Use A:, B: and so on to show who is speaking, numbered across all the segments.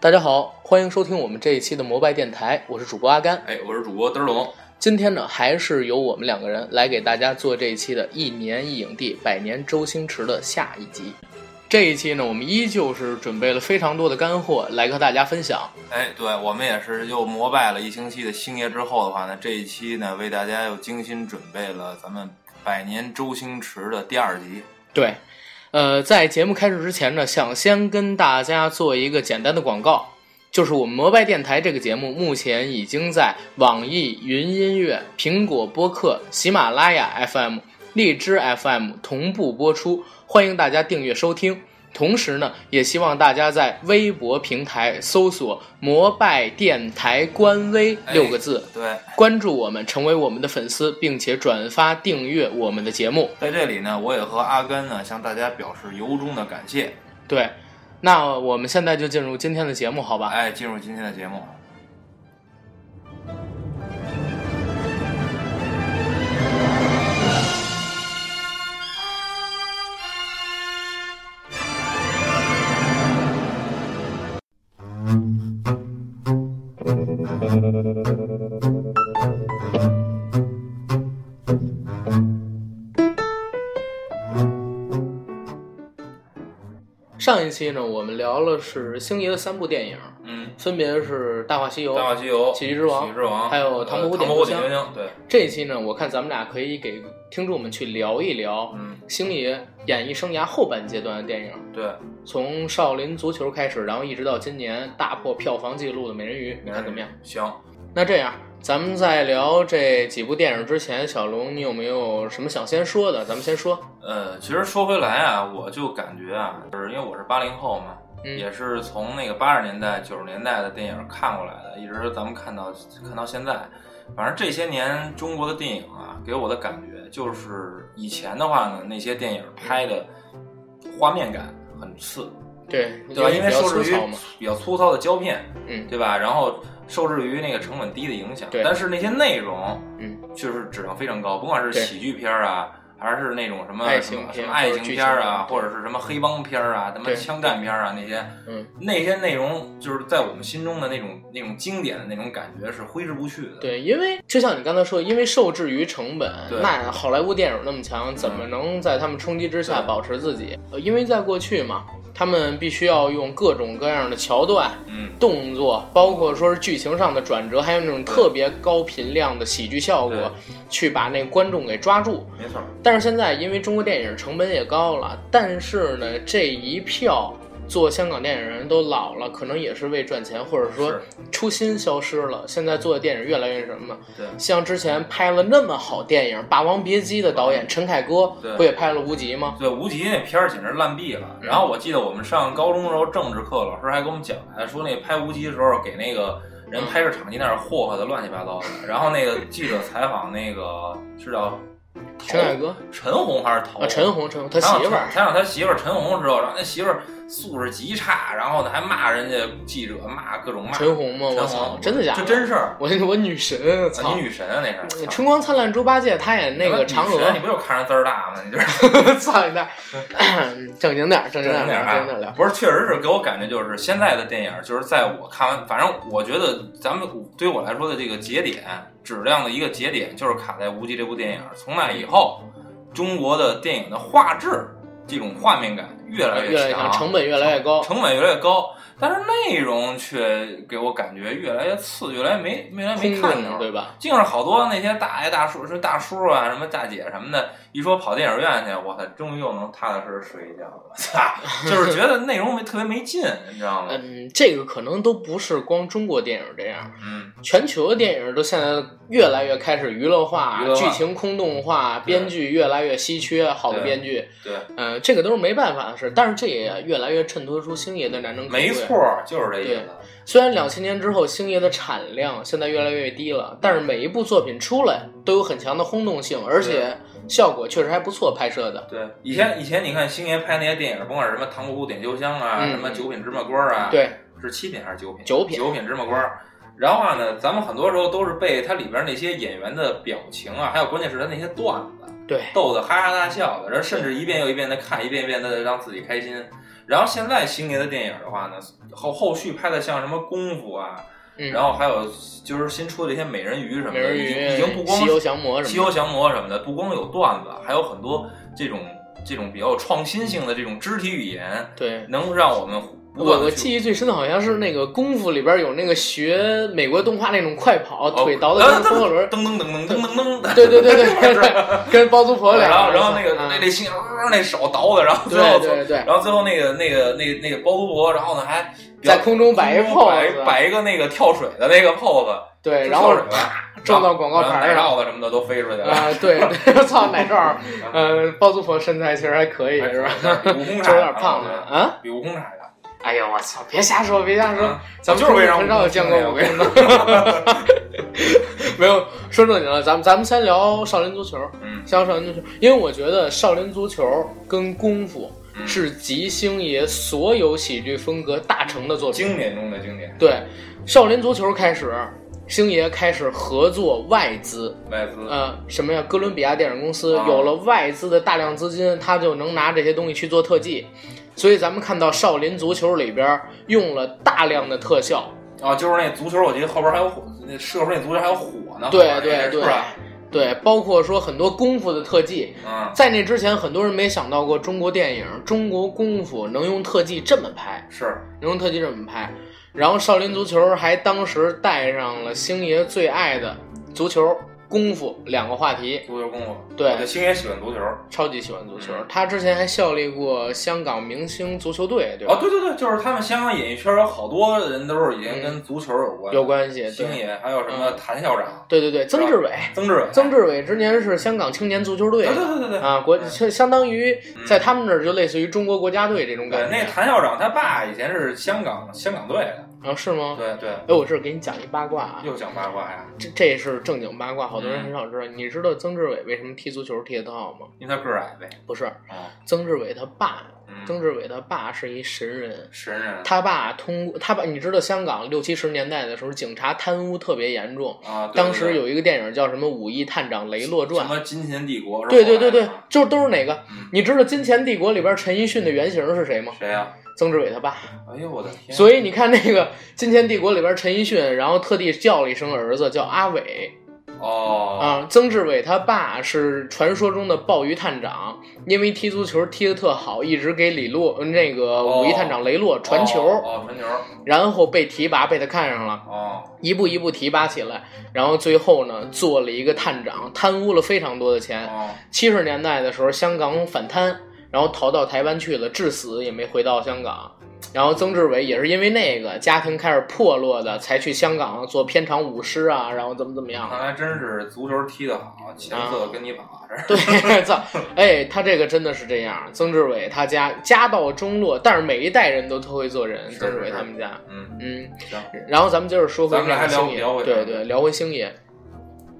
A: 大家好，欢迎收听我们这一期的摩拜电台，我是主播阿甘。
B: 哎，我是主播嘚儿龙，
A: 今天呢，还是由我们两个人来给大家做这一期的一年一影帝百年周星驰的下一集。这一期呢，我们依旧是准备了非常多的干货来和大家分享。
B: 哎，对我们也是又膜拜了一星期的星爷之后的话呢，这一期呢为大家又精心准备了咱们百年周星驰的第二集。
A: 对，呃，在节目开始之前呢，想先跟大家做一个简单的广告，就是我们摩拜电台这个节目目前已经在网易云音乐、苹果播客、喜马拉雅 FM、荔枝 FM 同步播出，欢迎大家订阅收听。同时呢，也希望大家在微博平台搜索“摩拜电台官微”六个字，
B: 对，
A: 关注我们，成为我们的粉丝，并且转发订阅我们的节目。
B: 在这里呢，我也和阿甘呢向大家表示由衷的感谢。
A: 对，那我们现在就进入今天的节目，好吧？
B: 哎，进入今天的节目，
A: 上一期呢，我们聊了是星爷的三部电影，
B: 嗯，
A: 分别是《大话西游
B: 《大》。话西游》《
A: 喜剧之王
B: 喜剧之王》
A: 还有
B: 呃
A: 唐伯
B: 唐
A: 虎点
B: 伯虎
A: 秋香
B: 点秋香，对，
A: 这一期呢，我看咱们俩可以给听众们去聊一聊
B: 嗯，
A: 星爷演艺生涯后半阶段的电影，
B: 对，
A: 从《少林足球》开始，然后一直到今年大破票房纪录的《美人鱼》，你看怎么样？？
B: 行，
A: 那这样，咱们在聊这几部电影之前，小龙，你有没有什么想先说的？咱们先说。
B: 呃，其实说回来啊，我就感觉啊，就是因为我是八零后嘛，
A: 嗯
B: 也是从那个八十年代、九十年代的电影看过来的，一直咱们看到看到现在。反正这些年中国的电影啊，给我的感觉就是以前的话呢，那些电影拍的画面感很次，
A: 对，
B: 对吧？因为
A: 比较
B: 受
A: 粗
B: 制于
A: 糙嘛。
B: 比较粗糙的胶片，
A: 嗯
B: 对吧？然后受制于那个成本低的影响，
A: 对
B: 但是那些内容
A: 嗯，
B: 就是质量非常高，不管是
A: 对
B: 喜剧片儿啊，还是那种什么
A: 爱
B: 什
A: 情
B: 么
A: 片
B: 什么
A: 或者
B: 爱情
A: 剧
B: 片儿
A: 情
B: 啊，
A: 片
B: 或者是什么黑帮片儿啊，什么
A: 对
B: 枪战片儿啊那些，
A: 嗯，
B: 那些内容就是在我们心中的那种那种经典的那种感觉是挥之不去的。
A: 对，因为就像你刚才说，因为受制于成本，
B: 对嗯
A: 那好莱坞电影那么强，怎么能在他们冲击之下
B: 对
A: 保持自己？呃，因为在过去嘛，他们必须要用各种各样的桥段、
B: 嗯，
A: 动作，包括说是剧情上的转折，还有那种特别高频量的喜剧效果
B: 对，
A: 去把那个观众给抓住。
B: 没错儿，
A: 但是现在因为中国电影成本也高了，但是呢，这一票做香港电影人都老了，可能也是为赚钱，或者说
B: 是
A: 初心消失了。现在做的电影越来越什么呢？
B: 对
A: 像之前拍了那么好电影《霸王别姬》的导演陈凯歌，
B: 对
A: 不也拍了《无极》吗？
B: 对，无极那片儿简直烂毙了。然后我记得我们上高中的时候政治课，老师还给我们讲来，说那拍无极的时候给那个人拍摄场地那儿霍霍的乱七八糟的。然后那个记者采访那个是叫
A: 陈凯歌
B: 陈红还是陶
A: 啊，陈红，陈红，他
B: 他
A: 媳妇儿，
B: 采访他媳妇儿陈红之后，然后那媳妇儿素质极差，然后呢还骂人家记者，骂各种骂
A: 陈红吗？我操
B: 陈红，啊
A: 真的假
B: 这
A: 的？
B: 真事儿，
A: 我我女神，我
B: 啊
A: 操
B: 你！女神啊那是
A: 春光灿烂猪八戒，他演那个
B: 你
A: 嫦
B: 女神
A: 娥
B: 你，不就看着字儿大吗？你这是。
A: 操你大！正经点儿，正经点儿，
B: 点
A: 正经点儿聊
B: 啊！。不是，确实是给我感觉就是现在的电影，就是在我看完，反正我觉得咱们对于我来说的这个节点，质量的一个节点，就是卡在《无极》这部电影。从那以后，中国的电影的画质这种画面感越来
A: 越来越
B: 强，
A: 强，成本越来越高。
B: 成本越来越高，但是内容却给我感觉越来越次，越来越没越来越没
A: 空
B: 看头
A: 洞，。对吧？
B: 净是好多那些大爷大叔，是大叔啊，什么大姐什么的，一说跑电影院去，我操，终于又能踏踏实实睡一觉了， 操，就是觉得内容没特别没劲，你知道吗？
A: 嗯，这个可能都不是光中国电影这样，
B: 嗯，
A: 全球的电影都现在越来越开始娱乐化、
B: 娱乐化
A: 剧情空洞化，
B: 对
A: 编剧越来越稀缺，好的
B: 对
A: 编剧，
B: 对，
A: 嗯、这个都是没办法的事。但是这也越来越衬托出星爷的难能可贵。
B: 没错，儿，就是这意思。
A: 虽然两千年之后星爷的产量现在越来越低了，但是每一部作品出来都有很强的轰动性，而且效果确实还不错，拍摄的。
B: 对，以前以前你看星爷拍那些电影，甭管什么《唐伯虎点秋香》啊，
A: 嗯
B: 什么《九品芝麻官》啊，，
A: 对，
B: 是七品还是九品？
A: 九品
B: 九品芝麻官儿。然后呢，咱们很多时候都是被它里边那些演员的表情啊，还有关键是他那些段子，
A: 对，
B: 逗得哈哈大笑的，然后甚至一遍又一遍的看，一遍一遍的让自己开心。然后现在星爷的电影的话呢，后后续拍的像什么功夫啊，
A: 嗯，
B: 然后还有就是新出的这些美人鱼什么
A: 美
B: 的，
A: 人
B: 已
A: 鱼、
B: 经已经不光
A: 西游降魔什么的，
B: 西游降魔什么的，不光有段子，还有很多这种这种比较有创新性的这种肢体语言，
A: 对。
B: 能让我们不
A: 我
B: 断
A: 我
B: 的去。
A: 记忆最深的好像是那个功夫里边有那个学美国动画那种快跑，
B: 哦
A: 腿倒的
B: 啊
A: 跟风火轮，
B: 噔噔噔噔噔噔噔，
A: 对对对对对对，跟包租婆俩人，
B: 然后然后那个
A: 啊
B: 那那星爷呃那手倒的，然后最后
A: 对对对，
B: 然后最后那个那个那那个包租婆，然后呢还
A: 在空中摆一
B: 空中
A: pose
B: 摆摆一个那个跳水的那个 pose，
A: 啊对，
B: 就嗯
A: 然后
B: 跳水吧
A: 撞到广告
B: 然后
A: 牌啊
B: 奶
A: 上
B: 酪子什么的都飞出去了，
A: 啊，对， 操奶罩 儿，呃，包租婆身材其实还 可以，是吧？
B: 吧？嗯比悟空
A: 就
B: 差
A: 有点胖了
B: 了，
A: 啊！
B: 比悟空差的。
A: 哎呀，我操！别瞎说，别瞎说
B: 啊，
A: 咱们
B: 就是为让
A: 很少有见过
B: 我
A: 五个人的。 没有，说正经的，咱们咱们先聊少林足球，
B: 嗯
A: 先聊少林足球，因为我觉得少林足球跟功夫
B: 嗯
A: 是吉星爷所有喜剧风格大成的作品。
B: 经典中的经典，
A: 对，少林足球开始，星爷开始合作外资，
B: 外资
A: 呃，什么呀？哥伦比亚电影公司
B: 啊
A: 有了外资的大量资金，他就能拿这些东西去做特技。所以咱们看到《少林足球》里边用了大量的特效，
B: 啊，就是那足球，我记得后边还有火，那射出那足球还有火呢，
A: 对
B: 后边
A: 对
B: 是
A: 对
B: 不是？
A: 对，包括说很多功夫的特技。
B: 嗯，
A: 在那之前，很多人没想到过中国电影、中国功夫能用特技这么拍，
B: 是
A: 能用特技这么拍。然后《少林足球》还当时带上了星爷最爱的足球、功夫两个话题。
B: 足球功夫。
A: 对
B: 我对星爷喜欢足球。哦，
A: 超级喜欢足球
B: 嗯。
A: 他之前还效力过香港明星足球队，对吧？
B: 哦对对对，就是他们香港演艺圈有好多人都是已经跟足球有
A: 嗯
B: 关，
A: 有关系。
B: 哦星
A: 对，
B: 爷还有什么谭校长、
A: 对对对，曾志伟，
B: 曾志伟、
A: 曾志伟之前是香港青年足球队
B: 对对对对对，
A: 啊，国相相当于
B: 嗯
A: 在他们那儿就类似于中国国家队这种
B: 对
A: 感
B: 那
A: 觉。
B: 谭校长他爸以前是香港香港队的，
A: 啊，是吗？
B: 对对，
A: 哎，我这儿给你讲一八卦啊，
B: 又讲八卦呀，
A: 这这是正经八卦，好多人
B: 嗯
A: 很少知道。你知道曾志伟为什么踢足球踢得特好吗？
B: 因为他个儿矮呗。
A: 不是，
B: 哦，
A: 曾志伟他爸，
B: 嗯，
A: 曾志伟他爸是一神人，
B: 神人
A: 他爸通过他爸，你知道香港六七十年代的时候，警察贪污特别严重。
B: 啊，对
A: 当时
B: 对
A: 有一个电影叫什么《武义探长雷洛
B: 对什
A: 传》，
B: 么金钱帝国？是
A: 对
B: 后
A: 对
B: 来
A: 对对
B: 的啊，
A: 就是都是哪个
B: 嗯？
A: 你知道《金钱帝国》里边陈奕迅的原型是谁吗？
B: 谁呀？
A: 曾志伟他爸。
B: 哎呦我的天！
A: 所以你看那个《金钱帝国》里边陈奕迅，然后特地叫了一声儿子叫阿伟
B: 哦，
A: 啊。曾志伟他爸是传说中的鲍鱼探长，因为踢足球踢得特好，一直给李洛嗯那个
B: 哦
A: 武义探长雷洛传
B: 哦
A: 球，
B: 哦，传球，
A: 然后被提拔被他看上了。
B: 哦，
A: 一步一步提拔起来，然后最后呢，做了一个探长，贪污了非常多的钱。
B: 哦，
A: 七十年代的时候，香港反贪，然后逃到台湾去了，至死也没回到香港。然后曾志伟也是因为那个家庭开始破落的，才去香港做片场舞狮啊，然后怎么怎么样。
B: 看来真是足球踢得好，前
A: 啊
B: 侧跟你跑，啊这是
A: 对，操，哎，他这个真的是这样。曾志伟他家家道中落，但是每一代人都特会做人。
B: 是
A: 曾志伟
B: 是
A: 他们家，
B: 嗯，
A: 嗯，
B: 行，
A: 然后咱们接着说回
B: 咱们
A: 那个
B: 还聊
A: 星爷，
B: 聊回
A: 对
B: 他
A: 对，聊回星爷。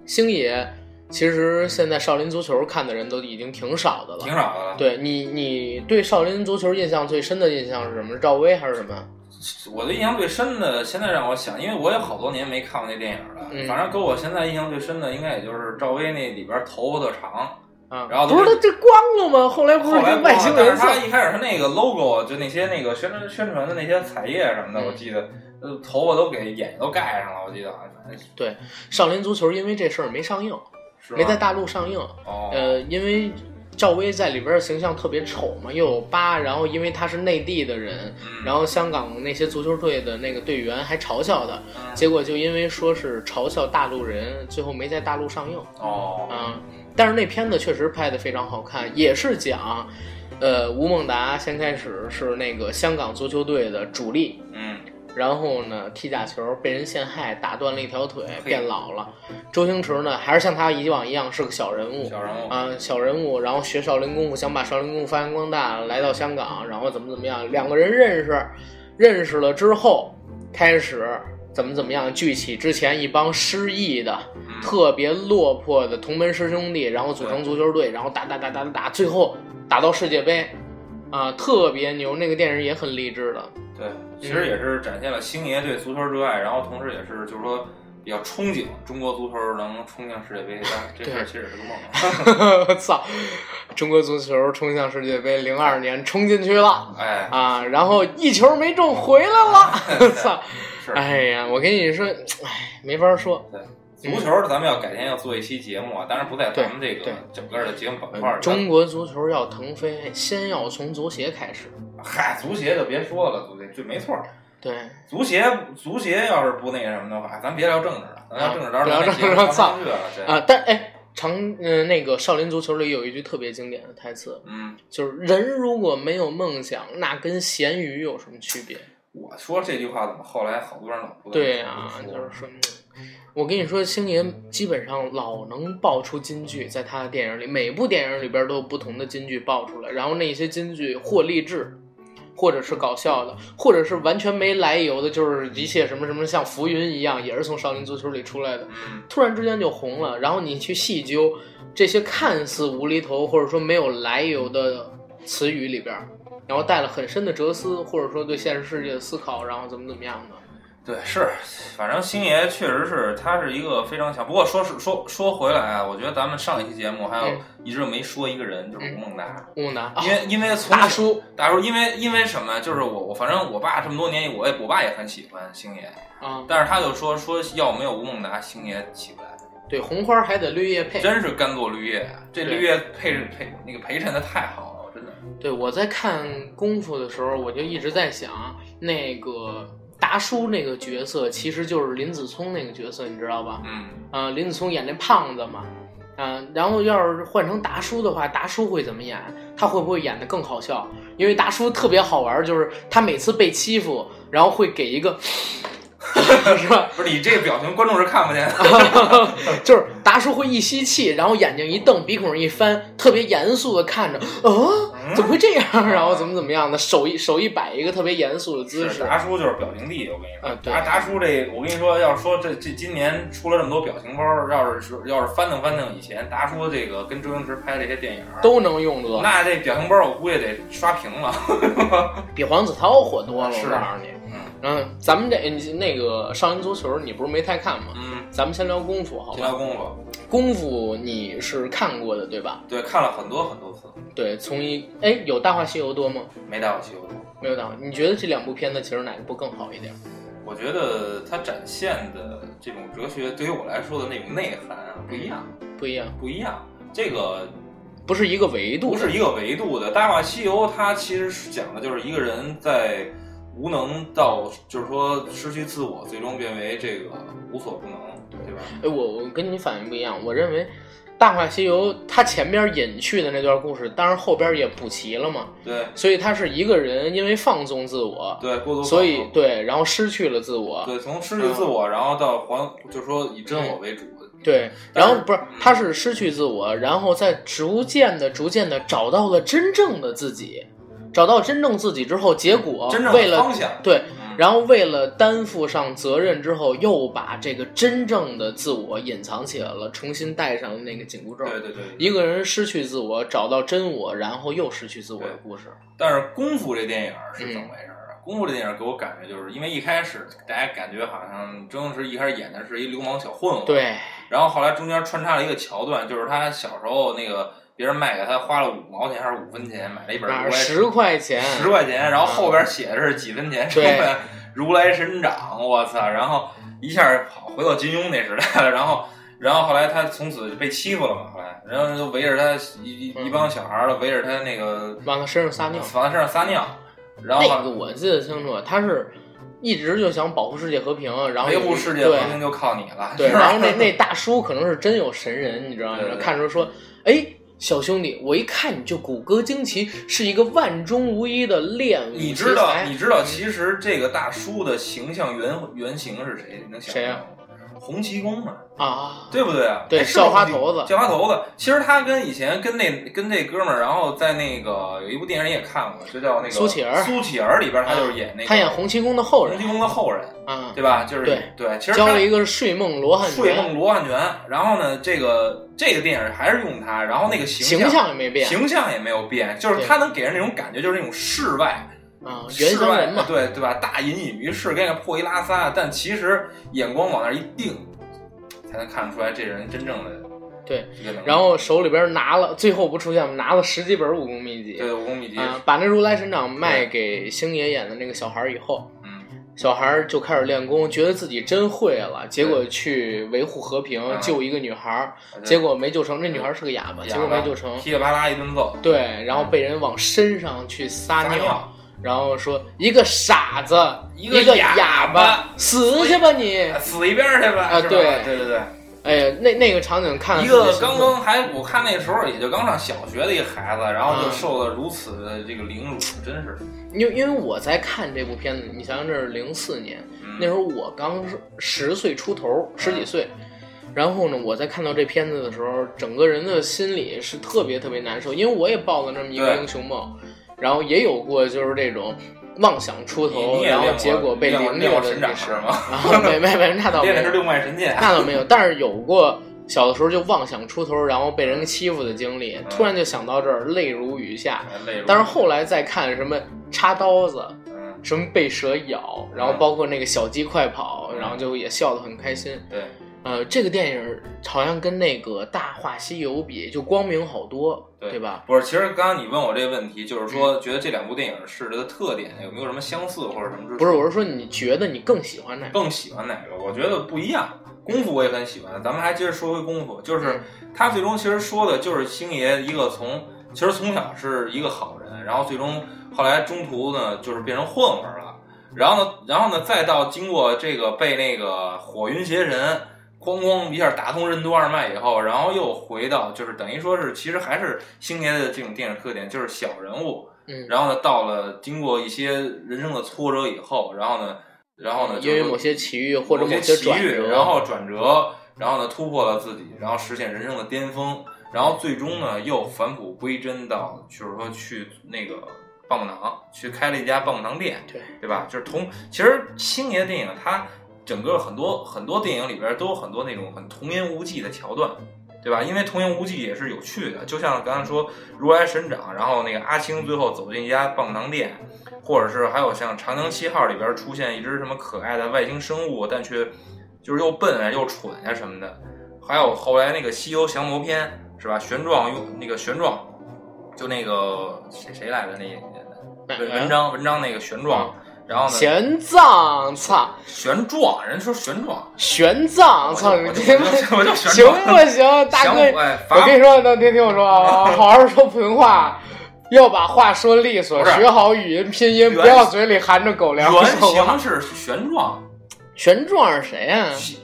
A: 星爷其实现在少林足球看的人都已经挺少的
B: 挺
A: 了。
B: 少的了。
A: 对你，你对少林足球印象最深的印象是什么？赵薇还是什么？
B: 我的印象最深的，现在让我想，因为我也好多年没看过那电影了。
A: 嗯
B: 反正给我现在印象最深的，应该也就是赵薇那里边头发特长，
A: 啊，
B: 然后
A: 不是
B: 他
A: 他这光了吗？后来不
B: 后
A: 是
B: 来
A: 跟外星
B: 但
A: 人
B: 是他
A: 似
B: 一开始他那个 logo 就那些那个宣传宣传的那些彩页什么的，
A: 嗯
B: 我记得，呃，头发都给眼睛都盖上了，我记得好像是
A: 少林足球因为这事儿没上映，
B: 是吧
A: 没在大陆上映。
B: 哦，
A: 呃，因为赵薇在里边的形象特别丑嘛，又有疤，然后因为她是内地的人，
B: 嗯
A: 然后香港那些足球队的那个队员还嘲笑她，
B: 嗯
A: 结果就因为说是嘲笑大陆人，最后没在大陆上映。
B: 哦，
A: 嗯，但是那片子确实拍的非常好看，也是讲，呃，吴孟达先开始是那个香港足球队的主力，
B: 嗯，
A: 然后呢踢假球被人陷害，打断了一条腿，
B: 嘿
A: 变老了。周星驰呢还是像他以往一样是个小人物。
B: 小人物，
A: 啊、小人物，然后学少林功夫，想把少林功夫发扬光大，来到香港，然后怎么怎么样，两个人认识，认识了之后，开始怎么怎么样，聚起之前一帮失意的、
B: 嗯
A: 特别落魄的同门师兄弟，然后组成足球队，然后打打打打打打，最后打到世界杯，啊、特别牛，那个电影也很励志的，
B: 对，其实也是展现了星爷对足球热爱，然后同时也是就是说比较憧憬中国足球能冲向世界杯，但这事儿其实也是个梦。啊
A: 操！中国足球冲向世界杯，零二年冲进去了
B: 哎，
A: 啊，然后一球没中回来了， 操！
B: 是，
A: 哎呀，我跟你说，哎，没法说。
B: 足球咱们要改天要做一期节目啊，当然不在咱们这
A: 对
B: 个
A: 对
B: 整个的节目板块儿。
A: 中国足球要腾飞，先要从足协开始。
B: 嗨，足协就别说了，足协就没错儿。
A: 对，
B: 足协足协要是不那什么的话，咱别聊政治了，咱聊政治到时
A: 啊聊
B: 候那
A: 政治
B: 节目聊不
A: 操
B: 上去了。这，
A: 啊，但哎，长嗯、呃那个少林足球里有一句特别经典的台词，
B: 嗯，
A: 就是人如果没有梦想，那跟咸鱼有什么区别？
B: 我说这句话怎么后来好多人老不
A: 对啊，就是说，嗯我跟你说，星爷基本上老能爆出金句，在他的电影里，每部电影里边都有不同的金句爆出来，然后那些金句或励志。或者是搞笑的，或者是完全没来由的，就是一切什么什么像浮云一样，也是从少林足球里出来的。
B: 嗯，
A: 突然之间就红了，然后你去细究这些看似无厘头或者说没有来由的词语里边儿，然后带了很深的哲思，或者说对现实世界的思考，然后怎么怎么样的。
B: 对，是，反正星爷确实是，他是一个非常强。不过说是说说回来啊，我觉得咱们上一期节目还有
A: 嗯
B: 一直没说一个人，就是吴孟达，
A: 木南啊
B: 因，为因为从
A: 大叔
B: 大叔，因为因为什么？就是我我反正我爸这么多年，我也我爸也很喜欢星爷，
A: 啊，
B: 但是他就说说要没有吴孟达，星爷起不来。
A: 对，红花还得绿叶配。
B: 真是甘做绿叶啊！这
A: 对
B: 绿叶配着配那个陪衬的太好了，我真的。
A: 对我在看功夫的时候，我就一直在想，那个达叔那个角色其实就是林子聪那个角色，你知道吧？
B: 嗯，
A: 啊、林子聪演那胖子嘛，啊、然后要是换成达叔的话，达叔会怎么演？他会不会演得更好笑？因为达叔特别好玩，就是他每次被欺负，然后会给一个， 是吧？
B: 不是你这个表情，观众是看不见的。
A: 啊就是达叔会一吸气，然后眼睛一瞪，鼻孔一翻，特别严肃的看着，啊，
B: 嗯
A: 怎么会这样？然后怎么怎么样的，手一手一摆一个特别严肃的姿
B: 是
A: 势。
B: 达叔就是表情帝，我跟你说，
A: 啊对
B: 达达叔这，我跟你说，要是说这这今年出了这么多表情包，要是说要是翻腾翻腾以前达叔这个跟周星驰拍这些电影，
A: 都能用得，
B: 那这表情包我估计得刷屏了。
A: 比黄子韬火多了。
B: 是
A: 我告诉你，
B: 嗯
A: 嗯，咱们这你那个少林足球，你不是没太看吗？
B: 嗯，
A: 咱们先聊功夫，好
B: 闲
A: 吧？
B: 聊功夫，
A: 功夫你是看过的对吧？
B: 对，看了很多很多次，
A: 对，从一哎有《大话西游》多吗？
B: 没带我去过。
A: 没有《大话》，你觉得这两部片子其实哪一部更好一点？
B: 我觉得它展现的这种哲学，对于我来说的那种内涵啊，不一样。
A: 不一样，
B: 不一样。这个
A: 不是一个维度。
B: 不是一个维度的，《大话西游》它其实是讲的就是一个人在无能到，就是说失去自我，最终变为这个无所不能，对吧？
A: 哎，我我跟你反应不一样，我认为《大话西游》它前边隐去的那段故事，当然后边也补齐了嘛，
B: 对
A: 所以他是一个人因为放纵自我，
B: 对，过度
A: 所以
B: 放纵
A: 对，然后失去了自我，
B: 对从失去自我，然后到还，就是说以真我为主。
A: 嗯对，
B: 但
A: 然
B: 是
A: 后不是，他是失去自我，然后再逐渐的、逐渐的找到了真正的自己，找到真正自己之后，结果
B: 真正
A: 为
B: 的
A: 了
B: 方向，
A: 对，
B: 嗯
A: 然后为了担负上责任之后，又把这个真正的自我隐藏起来了，重新戴上了那个紧箍咒。
B: 对对对。
A: 一个人失去自我，找到真我，然后又失去自我的故事。
B: 但是《功夫》这电影是怎么回事
A: 嗯
B: 儿啊？功夫》这电影给我感觉就是因为一开始大家感觉好像周星驰一开始演的是一流氓小混混，
A: 对，
B: 然后后来中间穿插了一个桥段，就是他小时候那个别人卖给他花了五毛钱还是五分钱买了一本
A: 哪
B: 如
A: 儿
B: 来
A: 啊十块钱？嗯
B: 十块钱，然后后边写的是几分钱成
A: 对
B: 本如来神掌，我操！然后一下跑回到金庸那时代了，然后然后后来他从此就被欺负了嘛，后来然后就围着他一一一帮小孩儿了，围着他那个
A: 往他身上嗯撒尿。
B: 往他身上撒尿，然后
A: 那个我记得清楚，他是一直就想保护世界和平，然后
B: 维
A: 有
B: 护世界
A: 对
B: 和平就靠你了，
A: 对，
B: 是吧
A: 然后那那大叔可能是真有神人，你知道吗
B: 对对？对
A: 看着说，哎，小兄弟，我一看你就骨骼惊奇，是一个万中无一的练武奇
B: 你知道，
A: 才
B: 你知道，其实这个大叔的形象原原型是谁？你能想
A: 谁
B: 象
A: 呀
B: 吗？洪七公嘛，
A: 啊？
B: 对不对啊？
A: 对
B: 哎是吧
A: 叫花头子
B: 叫花头子。其实他跟以前跟那跟这哥们儿，然后在那个有一部电影也看过，就叫那个
A: 苏乞儿啊
B: 苏乞儿里边他就是演那个
A: 他演洪七公的后
B: 洪
A: 人
B: 七公的后人，
A: 啊，
B: 对吧？就是
A: 对
B: 其实
A: 教了
B: 他
A: 一个睡梦罗汉
B: 睡
A: 拳，
B: 梦罗汉拳。然后呢，这个这个电影还是用他，然后那个形
A: 形象也没变
B: 形象也没有变，就是
A: 对
B: 他能给人那种感觉，就是那种世外。
A: 啊，原乡人嘛，
B: 对对吧？大隐隐于市，跟个破衣拉撒，但其实眼光往那儿一定，才能看得出来这人真正的
A: 对
B: 一个能力。
A: 然后手里边拿了，最后不出现吗？拿了十几本武功秘籍，
B: 对武功秘籍，
A: 啊，把那如来神掌卖给星爷演的那个小孩儿以后，
B: 嗯，
A: 小孩儿就开始练功，觉得自己真会了，结果去维护和平
B: 嗯，
A: 救一个女孩儿，
B: 反正
A: 结果没救成。那女孩儿是个哑巴，
B: 嗯
A: 结
B: 哑巴
A: 果没救成。
B: 呃噼里啪啦一顿揍，
A: 对，然后被人往身上去撒
B: 撒
A: 尿，
B: 尿，
A: 然后说一个傻子，
B: 一
A: 一
B: 个
A: 哑
B: 巴，
A: 死去吧你！
B: 死一边儿去吧！
A: 啊
B: 是吧
A: 对
B: 对对对。
A: 哎呀，那那个场景看了
B: 一
A: 特别
B: 个
A: 心
B: 刚
A: 痛
B: 刚还我看那时候也就刚上小学的一个孩子，然后
A: 嗯
B: 就受了如此的这个凌辱，真是。
A: 因为因为我在看这部片子，你想想这是零四年，
B: 嗯、
A: 那时候我刚是十岁出头，十几岁。然后呢，我在看到这片子的时候，整个人的心里是特别特别难受，因为我也抱了那么一个
B: 对
A: 英雄梦，然后也有过就是这种妄想出
B: 你
A: 头，
B: 你也
A: 然后
B: 练过
A: 结果被
B: 练过
A: 凌
B: 练
A: 虐
B: 过
A: 的
B: 神
A: 那
B: 掌
A: 事
B: 是吗
A: 然后没没没， 那倒没
B: 练的是
A: 有，
B: 六 脉神剑，
A: 那倒没有。但是有过小的时候就妄想出头，然后被人欺负的经历，突然就想到这儿，泪如雨下。
B: 累
A: 但是后来再看什么插刀子，
B: 嗯，
A: 什么被蛇咬，然后包括那个小鸡快跑，
B: 嗯
A: 然后就也笑得很开心。
B: 对，
A: 呃，这个电影好像跟那个《大话西游》比，就光明好多，
B: 对
A: 对吧？
B: 不是，其实刚刚你问我这个问题，就是
A: 嗯
B: 说觉得这两部电影是的特点有没有什么相似或者什么之处？
A: 不是，我是说你觉得你更喜欢哪个？
B: 更喜欢哪个？我觉得不一样。功夫我也很喜欢，咱们还接着说回功夫，就是
A: 嗯
B: 他最终其实说的就是星爷一个从，其实从小是一个好人，然后最终后来中途呢就是变成混混了，然后呢，然后呢再到经过这个被那个火云邪神咣咣一下打通任督二脉以后，然后又回到就是等于说是其实还是星爷的这种电影特点，就是小人物，
A: 嗯，
B: 然后呢到了经过一些人生的挫折以后，然后呢，然后呢
A: 嗯因为
B: 就是
A: 某些奇遇或者
B: 某
A: 某
B: 些奇
A: 转
B: 遇，
A: 折，
B: 然后转折，然后呢突破了自己，然后实现人生的巅峰，然后最终呢又返璞归真到，就是说去那个棒棒糖去开了一家棒棒糖店，
A: 对
B: 对吧？就是同其实星爷的电影它整个很多很多电影里边都有很多那种很童言无忌的桥段。对吧？因为童言无忌也是有趣的，就像刚才说如来神掌，然后那个阿青最后走进一家棒棒糖店，或者是还有像《长江七号》里边出现一只什么可爱的外星生物，但却就是又笨啊又蠢啊什么的，还有后来那个《西游降魔篇》是吧？玄奘用那个玄奘，就那个谁谁来的那演的
A: 哪
B: 文文
A: 个？
B: 章文章那个玄奘，
A: 嗯
B: 然后呢
A: 玄奘，操，
B: 玄奘，人说玄奘，
A: 玄奘，操，
B: 我
A: 你
B: 就
A: 这
B: 我就我就玄
A: 行
B: 奘，
A: 不行，大哥
B: 降？魔哎，
A: 我
B: 法
A: 跟你说，能听听我说 啊，好好说普通话，要把话说利索，
B: 不是
A: 学好语音拼音，
B: 原
A: 不要嘴里含着狗粮。
B: 原
A: 好吧
B: 型是玄奘。
A: 玄奘是谁啊呀、
B: 西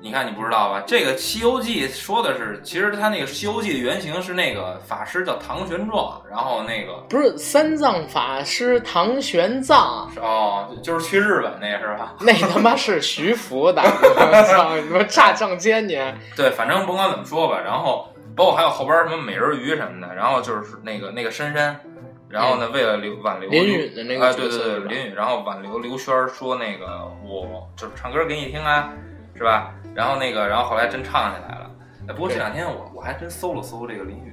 B: 你看你不知道吧？这个《西游记》说的是，其实他那个《西游记》的原型是那个法师叫唐玄奘，然后那个
A: 不是三藏法师唐玄奘，
B: 哦，就是去日本那个是吧？
A: 那他妈是徐福的， 我操！你们差上千年。
B: 对，反正甭管怎么说吧，然后包括还有后边什么美人鱼什么的，然后就是那个那个珊珊，然后呢，为了留挽
A: 嗯
B: 留
A: 林允的那个
B: 哎，对
A: 角
B: 对
A: 色
B: 对，
A: 是吧
B: 林允，然后挽留刘轩儿说那个我就是唱歌给你听啊，是吧？然后那个，然后后来真唱起来了。哎不过这
A: 对
B: 两天我我还真搜了搜这个林允，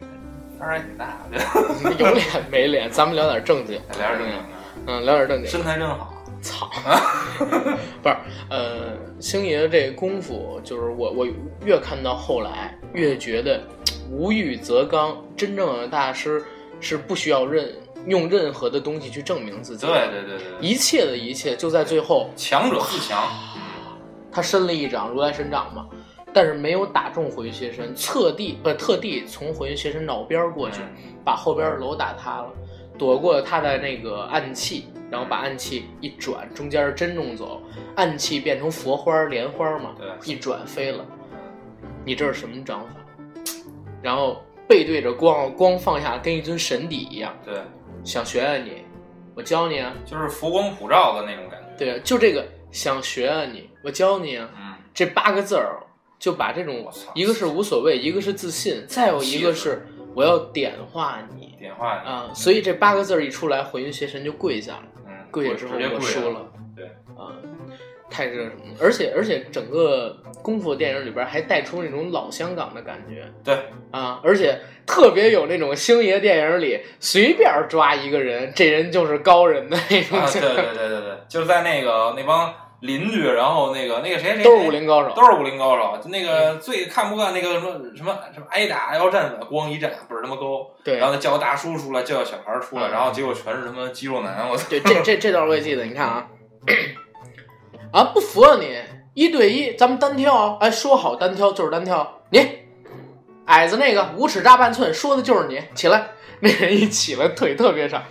B: 当然挺大的，
A: 有脸没脸？咱们聊点正经，
B: 聊点正经的。
A: 嗯，聊点正经。
B: 身材真好。
A: 操！不是，呃，星爷这功夫，就是我我越看到后来，越觉得无欲则刚，真正的大师是不需要任用任何的东西去证明自己，
B: 对，对对对对，
A: 一切的一切就在最后，
B: 强者自强。
A: 他伸了一掌如来神掌嘛。但是没有打中回云邪神，侧地不特地从回云邪神脑边儿过
B: 嗯
A: 去，把后边的楼打塌了，躲过他的那个暗器，然后把暗器一转，中间真弄走，暗器变成佛花儿莲花儿嘛，
B: 对
A: 一转飞了。你这是什么掌法？然后背对着光，光放下，跟一尊神邸一样。
B: 对，
A: 想学学你，我教你啊。
B: 就是佛光普照的那种感觉。
A: 对，啊就这个想学学你，我教你啊。
B: 嗯，
A: 这八个字儿就把这种
B: 我操，嗯
A: 一个是无所谓，一个是自信，再有一个是我要点化你。
B: 点化你。
A: 啊，所以这八个字儿一出来，火云邪神就跪下了，
B: 嗯，
A: 跪下
B: 直
A: 之
B: 接
A: 后
B: 跪
A: 我输了。
B: 对，
A: 啊，太这个什么了，而且而且整个功夫电影里边还带出那种老香港的感觉
B: 对，
A: 啊，而且特别有那种星爷电影里随便抓一个人，这人就是高人的那种。
B: 啊啊，对对对对对，就是在那个那帮邻居，然后那个那个谁谁
A: 都是武林高手。嗯
B: 都是武林高手，就那个最看不惯那个什么什么什么挨打要站稳，咣一站倍儿他妈高，
A: 对
B: 然，后他叫大叔出来，叫小孩儿出来，
A: 嗯
B: 然后结果全是他妈肌肉男，我操！
A: 对，这这这段我也记得。你看啊，啊，不服啊你，一对一，咱们单挑啊！哎，说好单挑就是单挑。你矮子那个五尺大半寸，说的就是你。起来，那人一起来腿特别长。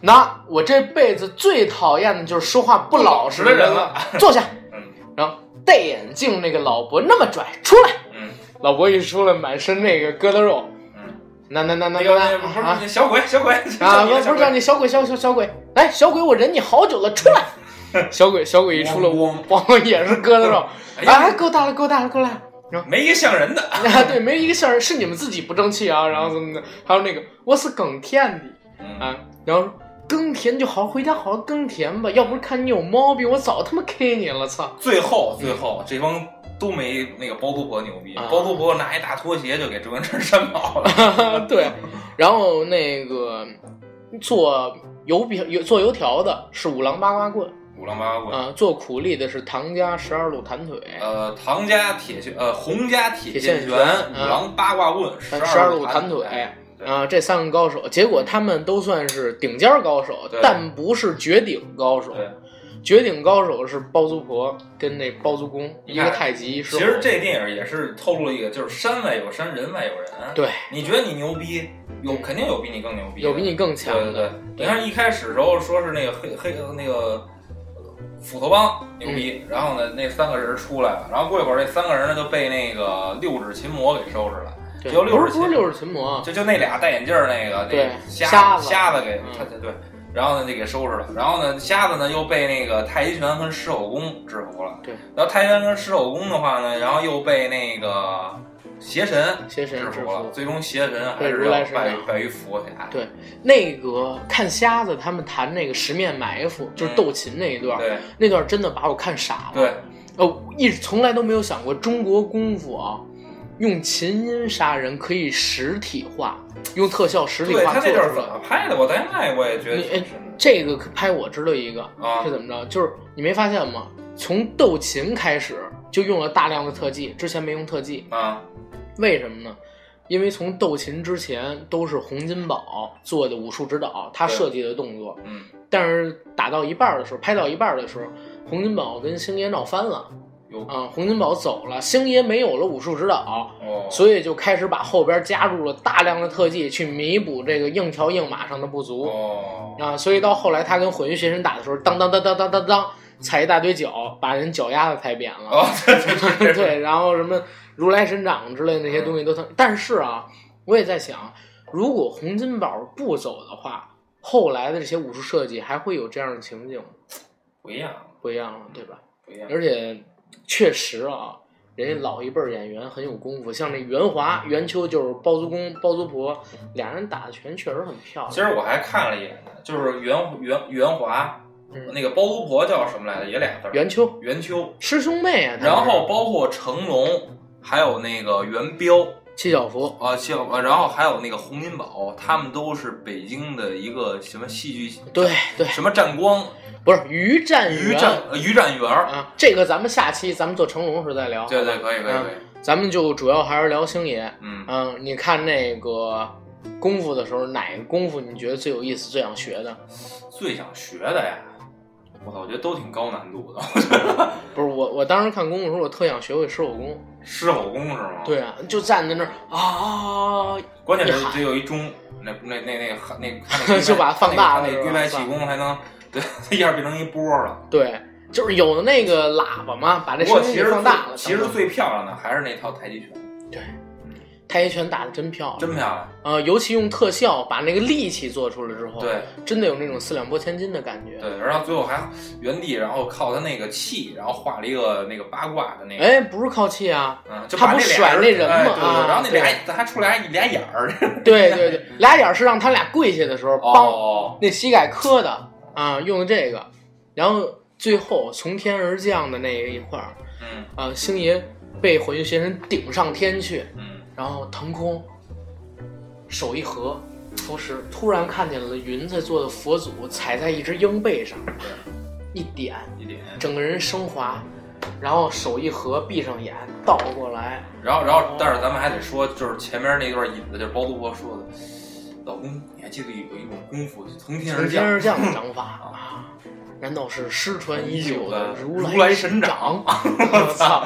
A: 那我这辈子最讨厌的就是说话不老实的人了。坐下，
B: 嗯
A: 然后戴眼镜那个老伯那么拽，出来。
B: 嗯
A: 老伯一出来，满身那个疙瘩肉。
B: 嗯，
A: 那那那那
B: 那个那
A: 那
B: 个不是
A: 啊！
B: 那小鬼小鬼
A: 啊，
B: 小
A: 不
B: 鬼
A: 是不是叫你小鬼小小小鬼，来小鬼，我忍你好 久了，出来！小鬼小鬼一出来，
B: 咣
A: 咣也是疙瘩 肉，
B: 哎
A: 啊，
B: 呀，
A: 够大了够大了够大了！
B: 没一个像人的，
A: 啊，对，没一个像人，是你们自己不争气啊，然后怎么的？还有那个我是耕田的
B: 嗯，
A: 啊，然后耕田就好好回家好好耕田吧，要不是看你有毛病，我早他妈 K 你了，操！
B: 最后最后这帮。都没那个包租婆牛逼，
A: 啊
B: 包租婆拿一大拖鞋就给周文 正扇跑了。
A: 对，然后那个做油饼油做油条的是五郎八卦棍
B: 五郎八卦棍，
A: 啊，做苦力的是唐家十二路弹腿。
B: 呃，唐家铁拳，呃，洪家
A: 嗯
B: 铁
A: 铁线
B: 线
A: 拳
B: 拳，五郎八卦棍，
A: 十
B: 二
A: 二路弹腿
B: 对
A: 啊，这三个高手，结果他们都算是顶尖高手
B: 对，
A: 但不是绝顶高手。
B: 对，
A: 绝顶高手是包租婆跟那包租公，一
B: 你看
A: 个太极，一是
B: 其实
A: 猴
B: 这电影也是透露了一个，就是山外有山，人外有人。
A: 对
B: 你觉得你牛逼，有肯定有比你更牛逼的，
A: 有比你更强
B: 对对对
A: 的。。
B: 你看一开始的时候说是那个黑黑那个斧头帮牛
A: 嗯
B: 逼，然后呢那三个人出来了，然后过一会儿这三个人呢就被那个六指琴魔给收拾了，
A: 对
B: 只有六
A: 不
B: 十
A: 是
B: 斤
A: 不是六指群魔，啊
B: 就就那俩戴眼镜儿那个，
A: 对
B: 那瞎
A: 瞎
B: 子
A: 子
B: 瞎子给
A: 嗯
B: 他，对，然后呢就给收拾了。然后呢，瞎子呢又被那个太极拳跟狮吼功制服了。
A: 对，
B: 然后太极拳跟狮吼功的话呢，然后又被那个邪神
A: 邪神
B: 制
A: 制
B: 服了。
A: 服。
B: 最终邪神还
A: 被
B: 是
A: 如
B: 要
A: 来神啊
B: 败于
A: 掌
B: 败于伏侠。
A: 对那个看瞎子他们谈那个十面埋伏，就是
B: 嗯
A: 斗琴那一段，
B: 对
A: 那段真的把我看傻了。
B: 对，
A: 哦，一直从来都没有想过中国功夫啊，用琴音杀人可以实体化，用特效实体
B: 对
A: 化
B: 他
A: 做
B: 那段儿
A: 出
B: 怎
A: 来。
B: 么拍的？我在那我也觉得
A: 你
B: 挺
A: 哎
B: 神的
A: 这个可拍我知道一个
B: 啊
A: 是怎么着？就是你没发现吗？从斗琴开始就用了大量的特技，之前没用特技，
B: 啊，
A: 为什么呢？因为从斗琴之前都是洪金宝做的武术指导，他
B: 对
A: 设计的动作，
B: 嗯，
A: 但是打到一半儿的时候，拍到一半儿的时候，洪金宝跟星爷闹翻了。
B: 有
A: 啊，洪金宝走了，星爷没有了武术指导，
B: 哦，
A: 所以就开始把后边加入了大量的特技去弥补这个硬桥硬马上的不足
B: 哦，
A: 啊，所以到后来他跟混元邪神打的时候，当当当当当当当，踩一大堆脚，把人脚丫子踩扁了，
B: 哦， 对对对对，
A: 对，然后什么如来神掌之类的那些东西都
B: 嗯
A: 疼，但是啊，我也在想，如果洪金宝不走的话，后来的这些武术设计还会有这样的情景吗，
B: 不一样，
A: 不一样了，对吧？
B: 不一样。
A: 而且确实啊，人家老一辈儿演员很有功夫，像那袁华、
B: 嗯
A: 袁秋就是包租公、包租婆，俩人打的拳确实很漂
B: 其
A: 亮。
B: 实我还看了一眼，就是袁袁袁华，
A: 嗯
B: 那个包租婆叫什么来着？也俩字儿，
A: 袁秋
B: 袁秋。
A: 师兄妹啊，他们
B: 然后包括成龙，还有那个元彪
A: 七小福，
B: 啊，像呃然后还有那个洪金宝，他们都是北京的一个什么戏剧
A: 对对，
B: 什么战光
A: 不是于占元
B: 于战呃于占元儿。
A: 啊，这个咱们下期咱们做成龙时候再聊。
B: 对对，可以可以
A: 嗯
B: 可以，
A: 咱们就主要还是聊星爷。
B: 嗯，
A: 嗯，你看那个功夫的时候，哪个功夫你觉得最有意思、最想学的？
B: 最想学的呀，我操，我觉得都挺高难度的，
A: 不是我，我当时看功夫的时候，我特想学会狮吼功。
B: 狮吼功是吗？，
A: 对啊，就站在那儿啊，
B: 关键
A: 一
B: 是
A: 喊
B: 得有一钟，那那那那那那 那
A: 就把它放大了
B: 那
A: 是吧
B: 对外气功还能，对，一下变成一波了。
A: 对，就是有的那个喇叭嘛，把这
B: 不过
A: 声
B: 其
A: 音给
B: 实
A: 放大了。
B: 最其实
A: 等等
B: 最漂亮的还是那套太极拳，
A: 太极拳打的真漂亮，
B: 真漂亮。
A: 呃，尤其用特效把那个力气做出来之后，，
B: 对
A: 真的有那种四两拨千斤的感觉。
B: 对，然后最后还原地，然后靠他那个气，然后画了一个那个八卦的那个。
A: 哎，不是靠气啊，
B: 嗯，就把
A: 他不
B: 这俩
A: 甩那人吗
B: 哎对对对
A: 啊
B: 然后那俩还出来俩眼儿，
A: 对对对，俩眼儿是让他俩跪下的时候，梆，
B: 哦，
A: 那膝盖磕的啊，用的这个，然后最后从天而降的那一块儿，
B: 嗯
A: 啊，星爷被火云邪神顶上天去，
B: 嗯，
A: 然后腾空，手一合，同时突然看见了云彩做的佛祖踩在一只鹰背上，一点，
B: 一点，
A: 整个人升华，然后手一合，闭上眼，倒过来，
B: 然后，然
A: 哦
B: 后，但是咱们还得说，就是前面那段引子，就是包租婆说的，老公，你还记得有一种功夫从天而
A: 从天
B: 降，
A: 而降的掌法啊！难道是失传已久的
B: 如
A: 来
B: 来
A: 神
B: 神
A: 掌？ 我操！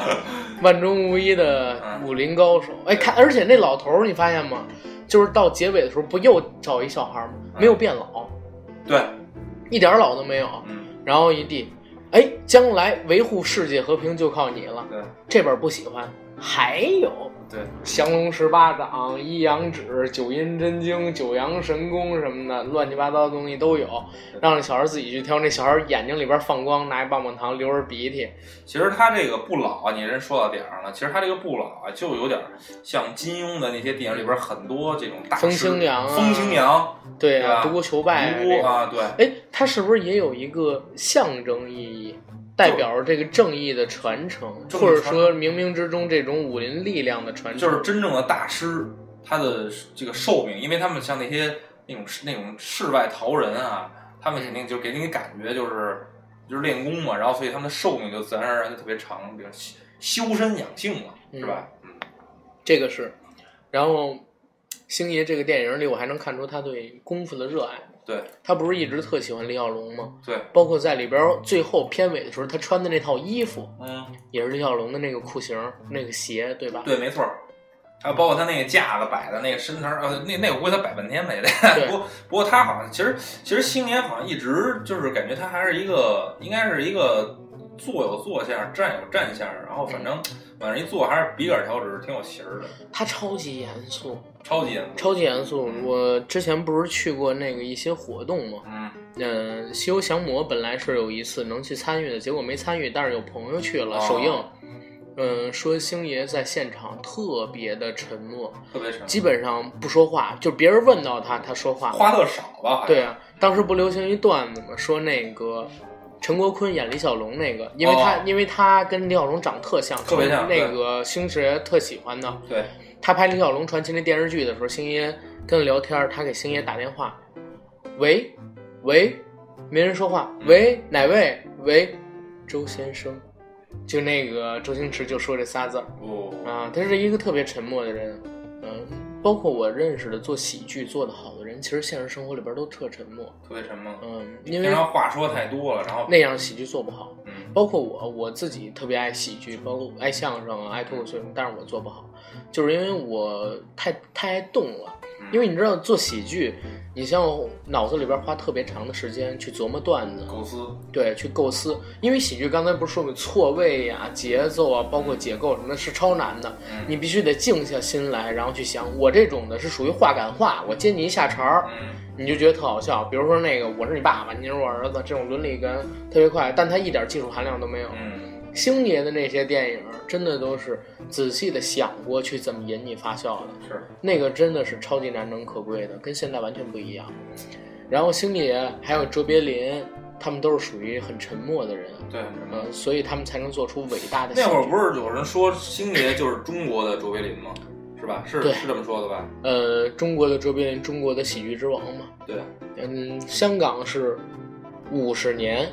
A: 万中无一的武林高手。哎，看，而且那老头儿，你发现吗？就是到结尾的时候，不又找一小孩吗？
B: 嗯
A: 没有变老，
B: 对，
A: 一点儿老都没有。
B: 嗯，
A: 然后一地，哎，将来维护世界和平就靠你了。
B: 嗯对，
A: 这本不喜欢，还有
B: 对，
A: 降龙十八掌、一阳指、九阴真经、九阳神功什么的，乱七八糟的东西都有，让那小孩自己去挑。那小孩眼睛里边放光，拿一棒棒糖流着鼻涕，
B: 其实他这个不老啊，你人说到点儿上了。其实他这个不老啊，就有点像金庸的那些电影里边很多这种大师，
A: 风清扬啊
B: 风清扬、
A: 对
B: 对
A: 啊，
B: 啊
A: 独孤求败啊
B: 独
A: 这
B: 孤
A: 个。
B: 啊，对，
A: 哎，它是不是也有一个象征意义，代表着这个正义的传承，
B: 正义
A: 或
B: 传承
A: 者说冥冥之中这种武林力量的传承？
B: 就是真正的大师，他的这个寿命，因为他们像那些那种那种世外桃人啊，他们肯定就给你感觉就是就是练功嘛，然后所以他们的寿命就自然而然就特别长，比如修修身养性嘛，是吧？嗯，
A: 这个是，然后星爷这个电影里，我还能看出他对功夫的热爱。
B: 对
A: 他不是一直特喜欢李小龙吗？
B: 嗯对，
A: 包括在里边儿最后片尾的时候，他穿的那套衣服
B: 嗯，
A: 也是李小龙的那个裤型儿、那个鞋，对吧？
B: 对，没错儿。还有包括他那个架子摆的那个身材儿，呃，那那我估计他摆半天没得。
A: 对
B: 不过不过他好像其实其实星爷好像一直就是感觉他还是一个应该是一个坐有坐相，站有站相，然后反正反正一坐还是笔杆调直，挺有型儿的，
A: 他超级严肃，
B: 超级严肃。
A: 超级严肃。我之前不是去过那个一些活动吗？
B: 嗯
A: 嗯，《西游降魔》本来是有一次能去参与的，结果没参与，但是有朋友去了
B: 哦
A: 首映。嗯，说星爷在现场特别的沉默，
B: 特别沉，
A: 基本上不说话，就别人问到他，他说话。
B: 话特少吧？好像
A: 对，啊，当时不流行一段子吗？说那个陈国坤演李小龙那个，因为他、
B: 哦
A: 因为他跟李小龙长特像，
B: 特别像
A: 那个星爷特喜欢的。
B: 对，
A: 他拍《李小龙传奇》那电视剧的时候，星爷跟他聊天儿，他给星爷打电话，喂，喂，没人说话，
B: 嗯
A: 喂，哪位？喂，周先生，就那个周星驰就说这仨字儿。
B: 不
A: 啊，他是一个特别沉默的人，嗯，包括我认识的做喜剧做得好的人，其实现实生活里边都特沉默，
B: 特别沉默，
A: 嗯，因
B: 平
A: 为
B: 常话说太多了，然后
A: 那样喜剧做不好。
B: 嗯
A: 包括我，我自己特别爱喜剧，包括爱相声啊，爱脱口秀，但是我做不好，就是因为我太太爱动了。
B: 嗯
A: 因为你知道做喜剧，你像脑子里边花特别长的时间去琢磨段子，
B: 构思，
A: 对，去构思。因为喜剧刚才不是说过错位呀、节奏啊，包括解构什么的，是超难的。
B: 嗯
A: 你必须得静下心来，然后去想。我这种的是属于话赶话，我接你一下茬儿，
B: 嗯
A: 你就觉得特好笑。比如说那个我是你爸爸，你是我儿子，这种伦理感特别快，但它一点技术含量都没有。
B: 嗯，
A: 星爷的那些电影，真的都是仔细的想过去怎么引你发笑的。
B: 是
A: 那个真的是超级难能可贵的，跟现在完全不一样。然后星爷还有卓别林，他们都是属于很沉默的人，
B: 对很沉默。
A: 嗯，所以他们才能做出伟大的喜剧。
B: 那会儿不是有人说星爷就是中国的卓别林吗？是吧？是
A: 对
B: 是这么说的吧？
A: 呃，中国的卓别林，中国的喜剧之王嘛。
B: 对，
A: 嗯，香港是五十年，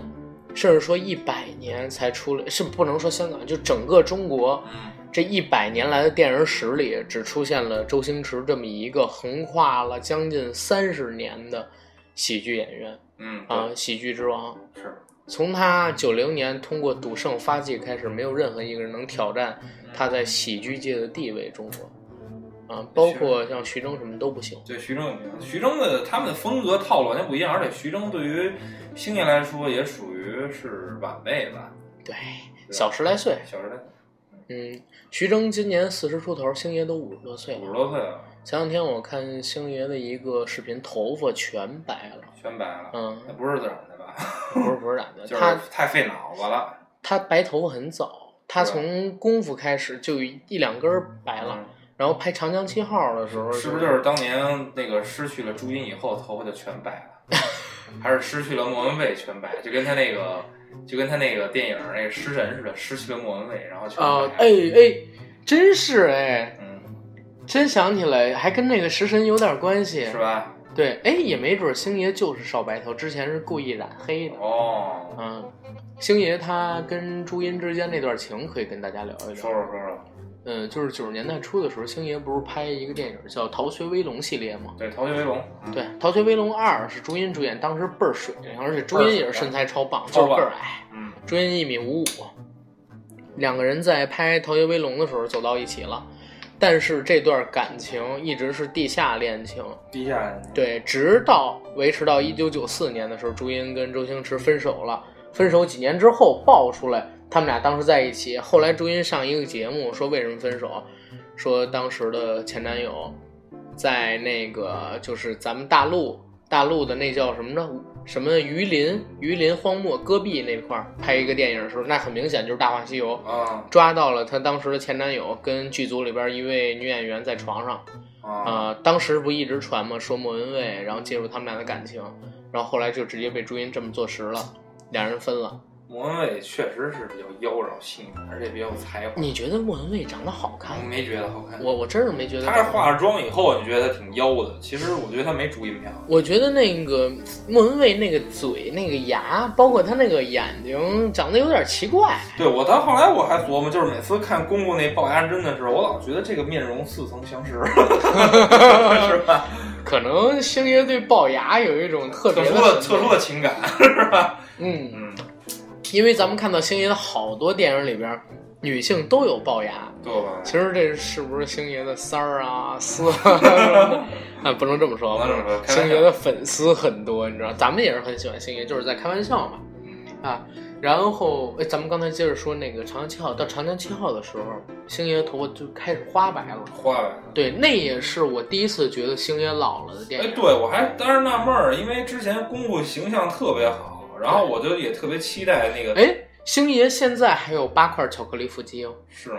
A: 甚至说一百年才出来，是不能说香港，就整个中国
B: 嗯，
A: 这一百年来的电影史里，只出现了周星驰这么一个横跨了将近三十年的喜剧演员。
B: 嗯，
A: 啊，喜剧之王。
B: 对，是，
A: 从他九零年通过赌圣发迹开始，没有任何一个人能挑战他在喜剧界的地位。中国，啊，包括像徐峥什么都不行。
B: 对徐峥也行。徐峥的他们的风格套路完全不一样，而且徐峥对于星爷来说也属于是晚辈吧，
A: 对，小十来岁。
B: 小时代
A: 嗯，徐峥今年四十出头，星爷都五十多岁
B: 五
A: 了。
B: 十多岁了，
A: 前两天我看星爷的一个视频，头发全白了。
B: 全白了，
A: 嗯，
B: 那不是自然的吧？
A: 不是不是染的，
B: 就是
A: 他
B: 太费脑子了，
A: 他白头发很早，他
B: 是吧
A: 从功夫开始就一两根儿白了。然后拍《长江七号》的时候，
B: 嗯是不是就是当年那个失去了朱茵以后头发就全白了，还是失去了莫文蔚全白？就跟他那个，就跟他那个电影那个失神似的，失去了莫文蔚，然后全白。
A: 啊，哎哎，真是哎，
B: 嗯，
A: 真想起来，还跟那个食神有点关系
B: 是。吧？啊
A: 对，哎，也没准儿星爷就是少白头，之前是故意染黑的。
B: 哦，
A: 嗯，星爷他跟朱茵之间那段情可以跟大家聊一
B: 说
A: 聊。
B: 说说说，
A: 嗯，就是九十年代初的时候，星爷不是拍一个电影叫《逃学威龙》系列吗？
B: 对，逃学威龙，嗯
A: 对，《逃学威龙二》是朱茵主演，当时倍儿水，而且朱茵也是身材超棒，就是倍儿矮，
B: 嗯，
A: 朱茵一米五五。两个人在拍《逃学威龙》的时候走到一起了，但是这段感情一直是地下恋情，
B: 地下
A: 对，直到维持到一九九四年的时候，朱茵跟周星驰分手了。分手几年之后爆出来，他们俩当时在一起。后来朱茵上一个节目说为什么分手，说当时的前男友在那个就是咱们大陆大陆的那叫什么呢？什么榆林、榆林荒漠、戈壁那块儿拍一个电影的时候，那很明显就是《大话西游》。
B: 啊
A: 抓到了她当时的前男友跟剧组里边一位女演员在床上，
B: 啊，
A: 啊，当时不一直传吗？说莫文蔚，然后介入他们俩的感情，然后后来就直接被朱茵这么坐实了，两人分了。
B: 莫文蔚确实是比较妖娆细腻，而且比较有才华，
A: 你觉得莫文蔚长得好看
B: 我
A: 吗？
B: 没觉得好看。
A: 我我真是没觉得。
B: 她是，化了妆以后，你觉得她挺妖的，其实我觉得她没朱茵漂亮。
A: 我觉得那个莫文蔚那个嘴、那个牙，包括她那个眼睛，长得有点奇怪。
B: 对我，到后来我还琢磨，就是每次看公公那龅牙针的时候，我老觉得这个面容似曾相识， 是吧？
A: 可能星爷对龅牙有一种特
B: 特
A: 别
B: 殊
A: 的
B: 的特殊的情感，
A: 嗯，
B: 嗯，
A: 因为咱们看到星爷的好多电影里边，女性都有龅牙。
B: 对吧？
A: 其实这是不是星爷的三儿啊、四 啊？啊，不能这么说，
B: 不能这么说开玩笑
A: 星爷的粉丝很多，你知道，咱们也是很喜欢星爷，就是在开玩笑嘛。
B: 嗯
A: 啊，然后哎，咱们刚才接着说那个长江七号，到长江七号的时候，星爷头发就开始花白了。
B: 花呗。
A: 对，那也是我第一次觉得星爷老了的电
B: 哎，
A: 影。
B: 对我还当时纳闷儿，因为之前公公形象特别好，然后我就也特别期待那个，
A: 哎，星爷现在还有八块巧克力腹肌哦。
B: 是吗？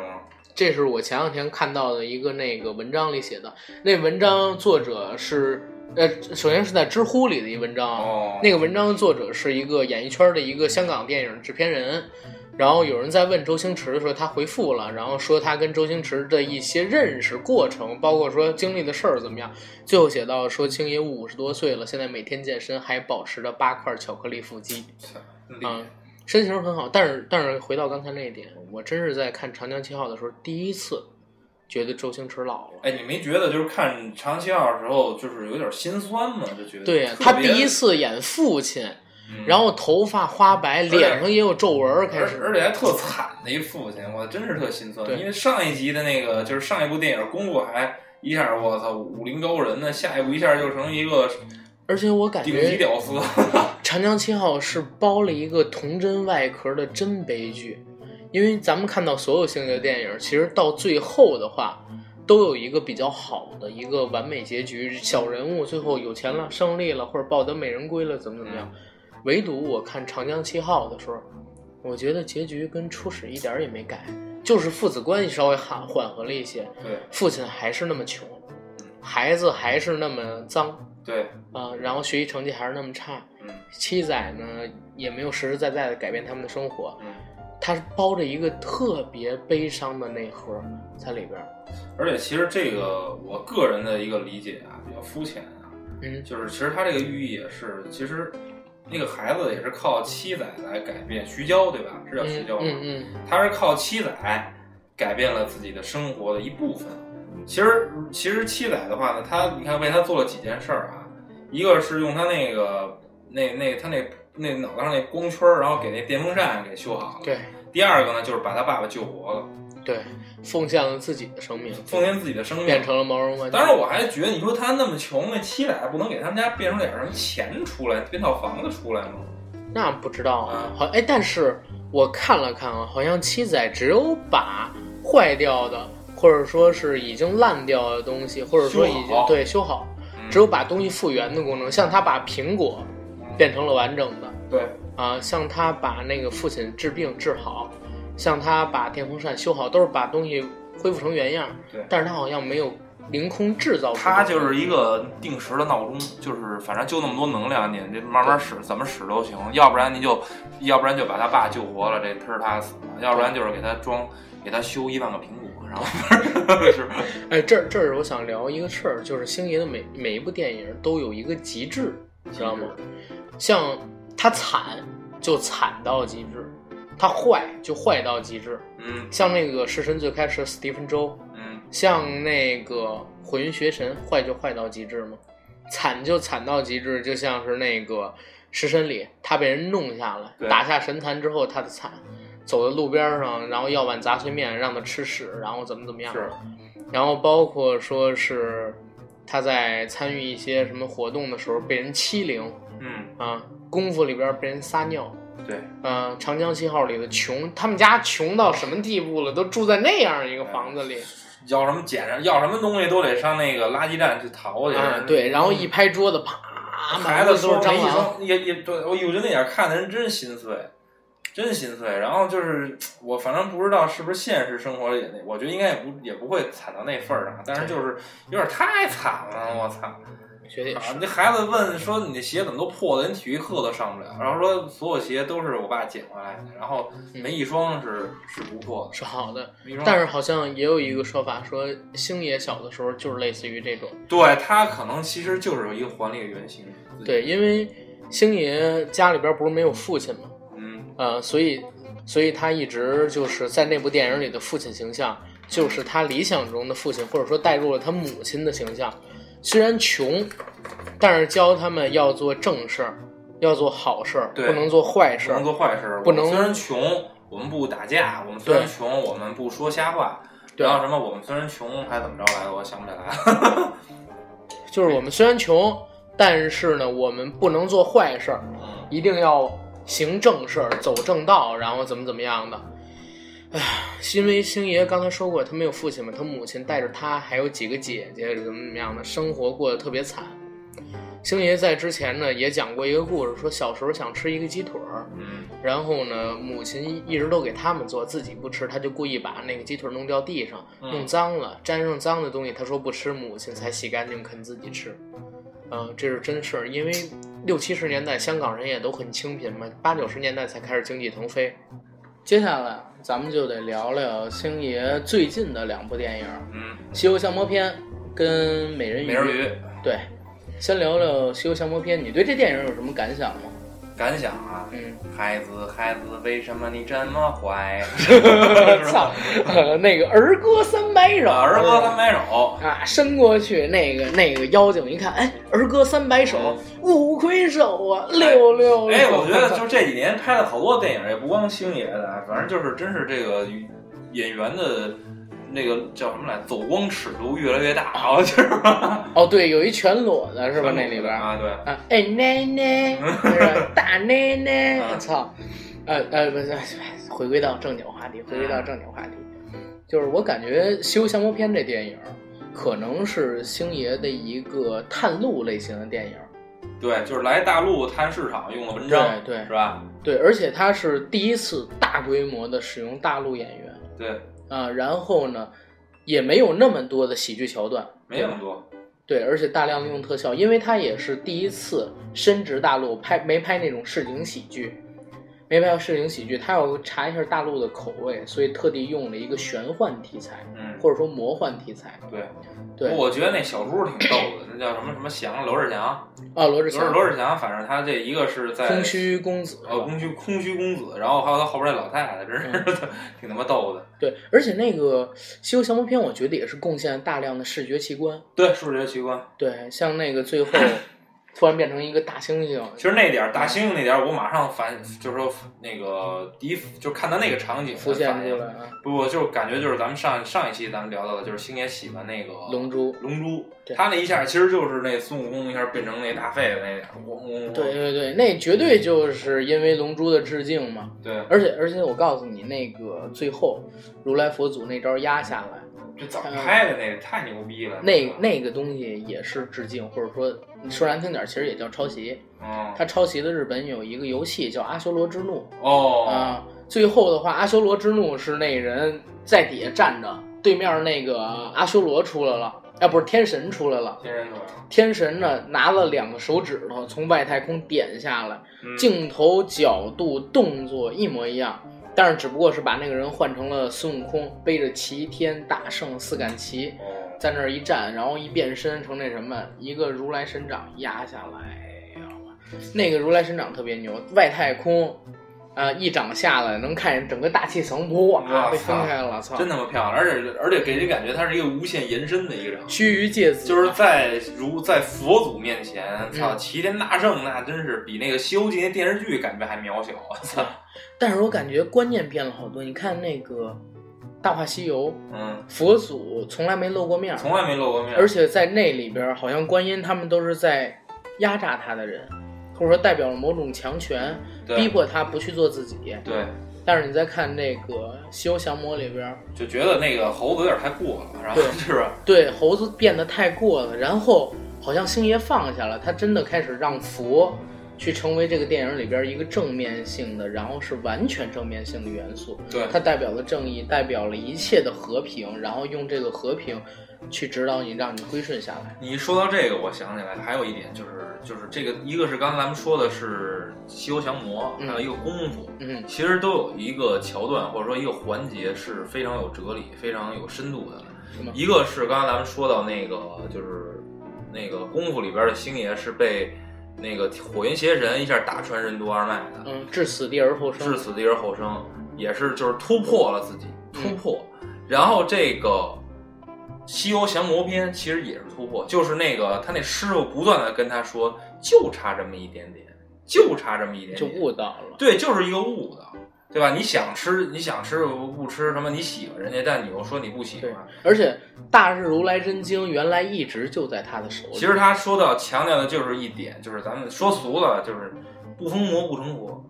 A: 这是我前两天看到的一个那个文章里写的，那文章作者是，呃，首先是在知乎里的一文章啊，
B: 哦，
A: 那个文章作者是一个演艺圈的一个香港电影制片人，
B: 嗯
A: 然后有人在问周星驰的时候，他回复了，然后说他跟周星驰的一些认识过程，包括说经历的事儿怎么样，最后写到说星爷五十多岁了，现在每天健身，还保持着八块巧克力腹肌。
B: 那
A: 啊，身形很好，但是但是回到刚才那一点，我真是在看《长江七号》的时候，第一次觉得周星驰老了。
B: 哎，你没觉得就是看《长期号》的时候，就是有点心酸吗？就觉得
A: 对啊
B: 特
A: 他
B: 别
A: 第一，次演父亲，
B: 嗯
A: 然后头发花白，
B: 且
A: 脸上也有皱纹儿，开
B: 哎而
A: 始
B: 而且还特惨的一父亲，我真是特心酸。
A: 对
B: 因为上一集的那个就是上一部电影《功夫》，还一下我操武林高人呢，下一步一下就成一个
A: 而且我感
B: 顶级
A: 觉《
B: 屌丝。
A: 哎长江七号》是包了一个童真外壳的真悲剧，因为咱们看到所有星爷电影，其实到最后的话。都有一个比较好的一个完美结局，小人物最后有钱了、胜利了，或者抱得美人归了，怎么怎么样？唯独我看《长江七号》的时候，我觉得结局跟初始一点儿也没改，就是父子关系稍微缓缓和了一些，
B: 对
A: 父亲还是那么穷，孩子还是那么脏
B: 对，
A: 啊、然后学习成绩还是那么差，
B: 嗯
A: 七仔呢也没有实实在在的改变他们的生活，
B: 嗯。
A: 他是包着一个特别悲伤的内核在里边儿。
B: 而且其实这个我个人的一个理解啊，比较肤浅啊，
A: 嗯，
B: 就是其实他这个寓意也是，其实那个孩子也是靠七仔来改变徐娇，对吧？是叫徐
A: 嗯
B: 娇吗？
A: 嗯嗯，
B: 他是靠七仔改变了自己的生活的一部分。其实，其实七仔的话呢，他你看为他做了几件事儿啊，一个是用他那个那那他那那脑袋上那光圈儿，然后给那电风扇给修好了。。
A: 对
B: 第二个呢，就是把他爸爸救活了，
A: 对，奉献了自己的生命，
B: 奉献自己的生命
A: 变。成了毛绒玩具。
B: 当然，我还觉得你说他那么穷，那七仔不能给他们家变出点什么钱出来，变套房子出来吗？
A: 那不知道啊，好哎，但是我看了看啊，好像七仔只有把坏掉的，或者说是已经烂掉的东西，或者说已经
B: 修好
A: 对修好，
B: 嗯
A: 只有把东西复原的功能。像他把苹果变成了完整的
B: 对，
A: 啊，像他把那个父亲治病治好，像他把电风扇修好，都是把东西恢复成原样。
B: 对
A: 但是他好像没有凌空制造出
B: 它
A: 东西
B: 就是一个定时的闹钟，就是反正就那么多能量，你这慢慢使，怎么使都行。要不然你就，要不然就把他爸救活了，这他是他死了；要不然就是给他装，给他修一万个苹果，上了，是吧？
A: 哎，这儿这儿我想聊一个事儿，就是星爷的每每一部电影都有一个极致，知道吗？像他惨就惨到极致，他坏就坏到极致。
B: 嗯
A: 像那个《食神》最开始的史蒂芬周，
B: 嗯，
A: 像那个《火云邪神》，坏就坏到极致吗？惨就惨到极致，就像是那个《食神》里，他被人弄下来，
B: 对
A: 打下神坛之后，他的惨，走在路边上，然后要碗杂碎面让他吃屎，然后怎么怎么样，
B: 是，
A: 然后包括说是他在参与一些什么活动的时候被人欺凌
B: 嗯，
A: 啊，功夫里边被人撒尿，
B: 对，
A: 嗯、长江七号里的穷，他们家穷到什么地步了？都住在那样一个房子里，
B: 要什么捡上，要什么东西都得上那个垃圾站去淘去。
A: 啊，对，然后
B: 嗯
A: 一拍桌子，啪，满
B: 孩
A: 屋
B: 子
A: 子都是
B: 没
A: 蟑
B: 一
A: 螂。
B: 声，也也对，我有的那眼看的人真心碎，真心碎。然后就是我反正不知道是不是现实生活里那，我觉得应该也不也不会惨到那份儿上，但是就是有点太惨了，我操！
A: 学姐
B: 啊，那孩子问说你的鞋怎么都破了，你体育课都上不了，然后说所有鞋都是我爸捡回来的，然后没一双是是不破
A: 是好的，
B: 的，没一双。
A: 嗯但是好像也有一个说法说，星爷小的时候就是类似于这种，
B: 对他可能其实就是有一个还力原型。自己，
A: 对，因为星爷家里边不是没有父亲嘛，
B: 嗯，
A: 呃，所以所以他一直就是在那部电影里的父亲形象，就是他理想中的父亲，或者说带入了他母亲的形象。虽然穷，但是教他们要做正事儿，要做好事儿，
B: 对
A: 不能做坏
B: 不
A: 事儿
B: 能。做坏事，
A: 不能
B: 我们虽然穷，我们不打架；我们虽然
A: 对
B: 穷，我们不说瞎话。
A: 对
B: 然后什么？我们虽然穷，还怎么着来的？我想不起来了。
A: 就是我们虽然穷，但是呢，我们不能做坏事儿，
B: 嗯
A: 一定要行正事儿，走正道，然后怎么怎么样的。哎唉，因为星爷刚才说过，他没有父亲嘛，他母亲带着他还有几个姐姐，怎么怎么样的，生活过得特别惨。星爷在之前呢也讲过一个故事，说小时候想吃一个鸡腿儿，
B: 嗯，
A: 然后呢母亲一直都给他们做，自己不吃，他就故意把那个鸡腿弄掉地上，
B: 嗯
A: 弄脏了，沾上脏的东西，他说不吃，母亲才洗干净啃自己吃。嗯、这是真事儿，因为六七十年代香港人也都很清贫嘛，八九十年代才开始经济腾飞。接下来咱们就得聊聊星爷最近的两部电影儿
B: 嗯，
A: 《西游降魔篇》跟《美人鱼》。
B: 美人鱼
A: 对，先聊聊《西游降魔篇》，你对这电影有什么感想吗？
B: 感想啊，
A: 嗯，
B: 孩子，孩子，为什么你这 么坏？
A: 操，呃那个儿歌三百首，
B: 儿歌三百首，
A: 啊，伸过去那个那个妖精一看，哎，儿歌三百首，五魁首啊，六六。
B: 哎，我觉得就这几年拍了好多电影，也不光星爷的，啊反正就是真是这个演员的那个叫什么来，走光尺度越来越大，好像就是吧？
A: 哦，对，有一全裸的是吧？那里边儿
B: 啊，对，
A: 啊，哎奶 奶，是吧大奶奶，
B: 啊
A: 我操，呃呃，不是，回归到正经话题，回归到正经话题，就是我感觉《西游降魔篇》这电影儿可能是星爷的一个探路类型的电影儿，
B: 对，就是来大陆探市场用的文章，
A: 对对
B: 是吧？
A: 对，而且他是第一次大规模的使用大陆演员
B: 对，
A: 啊，然后呢，也没有那么多的喜剧桥段，
B: 没那么多，
A: 对，而且大量利用特效，因为他也是第一次深植大陆拍，没拍那种市井喜剧，没拍市井喜剧，他要查一下大陆的口味，所以特地用了一个玄幻题材，
B: 嗯，
A: 或者说魔幻题材。
B: 对。
A: 对，
B: 我觉得那小猪挺逗的，那叫什么什么翔，罗志祥，
A: 啊，罗志
B: 罗志
A: 祥，
B: 罗志祥，反正他这一个是在
A: 空虚公子，
B: 呃空虚空虚公子，然后还有他后边那老太太，真是
A: 嗯
B: 挺他妈逗的。
A: 对，而且那个《西游降魔篇》，我觉得也是贡献了大量的视觉奇观。
B: 对，数学奇观，
A: 对，像那个最 后突然变成一个大猩猩，
B: 其实那点儿大猩猩那点儿，我马上反就是说那个第一就看他那个场景
A: 浮现
B: 反
A: 出
B: 应
A: 来。啊，
B: 不，我就是感觉就是咱们上上一期咱们聊到的，就是星爷喜欢那个
A: 龙珠。
B: 龙珠
A: 对，
B: 他那一下其实就是那孙悟空一下变成那大狒狒那点儿，嗡嗡嗡。
A: 嗯对对对，那绝
B: 嗯
A: 对就是因为《龙珠》的致敬嘛。
B: 对，
A: 而且而且我告诉你，那个最后如来佛祖那招压下来，
B: 这怎么拍的那个太牛逼了。
A: 那
B: 个
A: 那个东西也是致敬，或者说你说难听点儿，其实也叫抄袭。
B: 嗯
A: 他抄袭的日本有一个游戏叫《阿修罗之怒》
B: 哦，
A: 啊、最后的话，阿修罗之怒是那人在底下站着，对面那个阿修罗出来了，啊，不是天神出来了。
B: 天人可
A: 天神呢，拿了两个手指头从外太空点下来，
B: 嗯
A: 镜头角度、动作一模一样，但是只不过是把那个人换成了孙悟空，背着齐天大圣四杆旗，
B: 哦，
A: 在那儿一站，然后一变身成那什么，一个如来神掌压下来，知道吧？那个如来神掌特别牛，外太空，啊、一掌下来能看见整个大气层，哇，
B: 哇
A: 被分开了，操！
B: 真他妈漂亮，而且而且给人感觉它是一个无限延伸的一个场景。
A: 须臾芥子，
B: 就是在如在佛祖面前，操，
A: 嗯
B: 齐天大圣那真是比那个《西游记》那电视剧感觉还渺小。操，
A: 但是我感觉观念变了好多。你看那个《大话西游》，
B: 嗯，
A: 佛祖从来没露过面儿，
B: 从来没露过面，
A: 而且在那里边儿，好像观音他们都是在压榨他的人，或者说代表了某种强权，逼
B: 对
A: 迫他不去做自己。
B: 对，
A: 但是你再看那个《西游降魔》里边儿，
B: 就觉得那个猴子有点太过了，然后
A: 对
B: 是吧？
A: 对猴子变得太过了，然后好像星爷放下了，他真的开始让佛去成为这个电影里边儿一个正面性的，然后是完全正面性的元素。
B: 对
A: 它代表了正义，代表了一切的和平，然后用这个和平去指导你，让你归顺下来。
B: 你一说到这个，我想起来还有一点就是就是这个，一个是刚才咱们说的是西游降魔，
A: 嗯
B: 还有一个功夫。
A: 嗯，
B: 其实都有一个桥段或者说一个环节是非常有哲理、非常有深度的。
A: 是吗？
B: 一个是刚才咱们说到那个，就是那个功夫里边的星爷是被那个火云邪神一下打穿任督二脉的，
A: 嗯，置死地而后生。
B: 至死地而后生，也是就是突破了自己，突破。然后这个《西游降魔篇》其实也是突破，就是那个他那师傅不断的跟他说，就差这么一点点，就差这么一点点，
A: 就悟到了。
B: 对，就是一个悟的，对吧？你想吃，你想吃不吃什么？你喜欢人家，但你又说你不喜
A: 对
B: 欢。，
A: 而且大日如来真经原来一直就在他的手里。
B: 其实他说到强调的就是一点，就是咱们说俗了，就是不疯魔不成佛。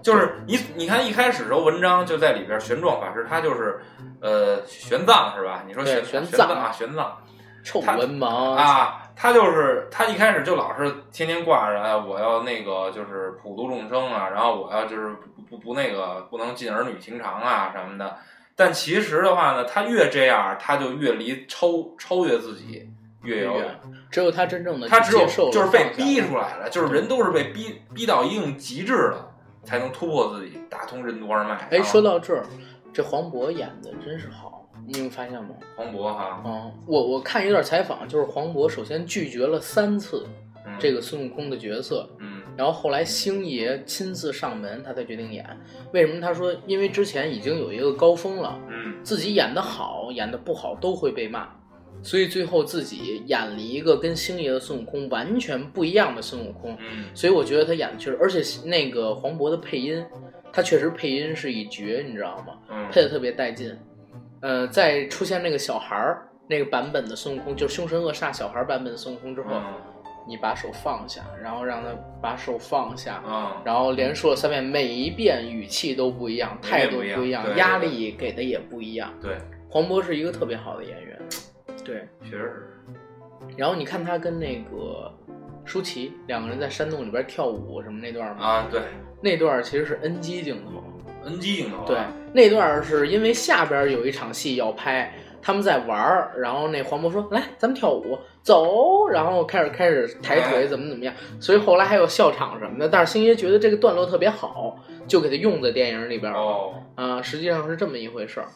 B: 就是你，你看一开始的时候，文章就在里边，玄奘法师他就是，呃，玄奘是吧？你说
A: 对
B: 玄
A: 玄
B: 奘
A: 奘
B: 啊，玄奘
A: 臭
B: 他
A: 文盲，
B: 啊，他就是他一开始就老是天天挂着，哎，我要那个就是普度众生啊，然后我要就是不不不那个不能近儿女情长啊什么的。但其实的话呢，他越这样，他就越离超超越自己越遥远。
A: 只有他真正的
B: 哦他只有
A: 接受了
B: 就是被
A: 放下
B: 逼
A: 了
B: 出来了，就是人都是被逼逼到一定极致了，才能突破自己，打通任督二脉。
A: 哎，
B: 啊
A: 说到这儿，这黄渤演的真是好，你有发现吗？
B: 黄渤哈，
A: 嗯，我我看一段采访，就是黄渤首先拒绝了三次
B: 嗯
A: 这个孙悟空的角色，
B: 嗯
A: 然后后来星爷亲自上门，他才决定演。为什么？他说，因为之前已经有一个高峰了，
B: 嗯
A: 自己演的好，演的不好都会被骂，所以最后自己演了一个跟星爷的孙悟空完全不一样的孙悟空。
B: 嗯
A: 所以我觉得他演的确实，而且那个黄渤的配音，他确实配音是一绝，你知道吗？
B: 嗯
A: 配的特别带劲。呃，在出现那个小孩儿那个版本的孙悟空，就是凶神恶煞小孩儿版本的孙悟空之后，
B: 嗯
A: 你把手放下，然后让他把手放下，
B: 嗯
A: 然后连说了三遍，每一遍语气都不一样，态度
B: 每一遍不一样对
A: 压力给的也不一样。
B: 对，
A: 黄渤是一个特别好的演员，对。
B: 确实
A: 然后你看他跟那个舒淇两个人在山洞里边跳舞什么那段
B: 是
A: 吗？
B: 啊，对
A: 那段其实是 NG 镜头，
B: ，NG 镜头啊，
A: 对，那段是因为下边有一场戏要拍，他们在玩儿，然后那黄渤说：“来，咱们跳舞，走。”然后开始开始抬腿，
B: 哎
A: 怎么怎么样，所以后来还有笑场什么的。但是星爷觉得这个段落特别好，就给他用在电影里边儿了。
B: 哦，
A: 啊、实际上是这么一回事儿。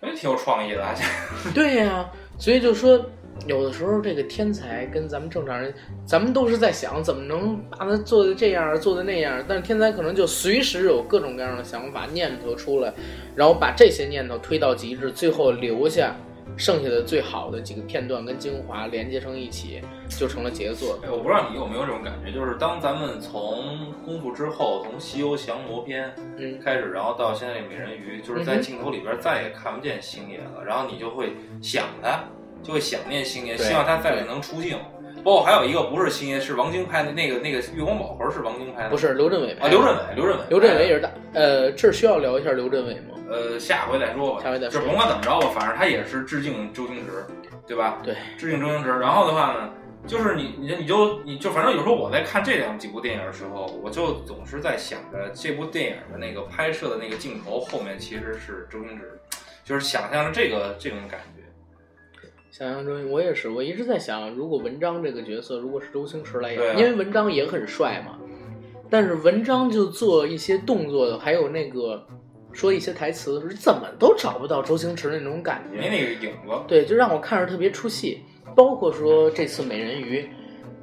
B: 哎，挺有创意的啊，
A: 对呀、所以就说。有的时候，这个天才跟咱们正常人，咱们都是在想怎么能把他做的这样，做的那样。但是天才可能就随时有各种各样的想法、念头出来，然后把这些念头推到极致，最后留下剩下的最好的几个片段跟精华连接成一起，就成了杰作。
B: 哎，我不知道你有没有这种感觉，就是当咱们从功夫之后，从《西游降魔篇
A: 嗯》
B: 开始，然后到现在这美人鱼，就是
A: 嗯
B: 在
A: 哼
B: 镜头里边再也看不见星爷了，然后你就会想他，就会想念星爷，
A: 对
B: 希望他再也能出镜。包括还有一个不是星爷，是王晶拍的那个那个月光宝盒是王晶拍的，
A: 不是刘镇伟拍
B: 啊，
A: 的
B: 刘镇伟，刘镇伟，
A: 刘镇伟也是大，呃，这儿需要聊一下刘镇伟吗？
B: 呃，下回再说吧，
A: 下回再说
B: 就是甭管怎么着吧，反正他也是致敬周星驰，对吧？
A: 对，
B: 致敬周星驰。然后的话呢，就是你你你就你就反正有时候我在看这两几部电影的时候，我就总是在想着这部电影的那个拍摄的那个镜头后面其实是周星驰，就是想象着这个这种感觉。
A: 想象中，我也是，我一直在想，如果文章这个角色如果是周星驰来演，
B: 对啊
A: 因为文章也很帅嘛，但是文章就做一些动作的，还有那个说一些台词，是怎么都找不到周星驰那种感
B: 没
A: 觉。
B: 那个影子。
A: 对，就让我看着特别出戏。包括说这次美人鱼，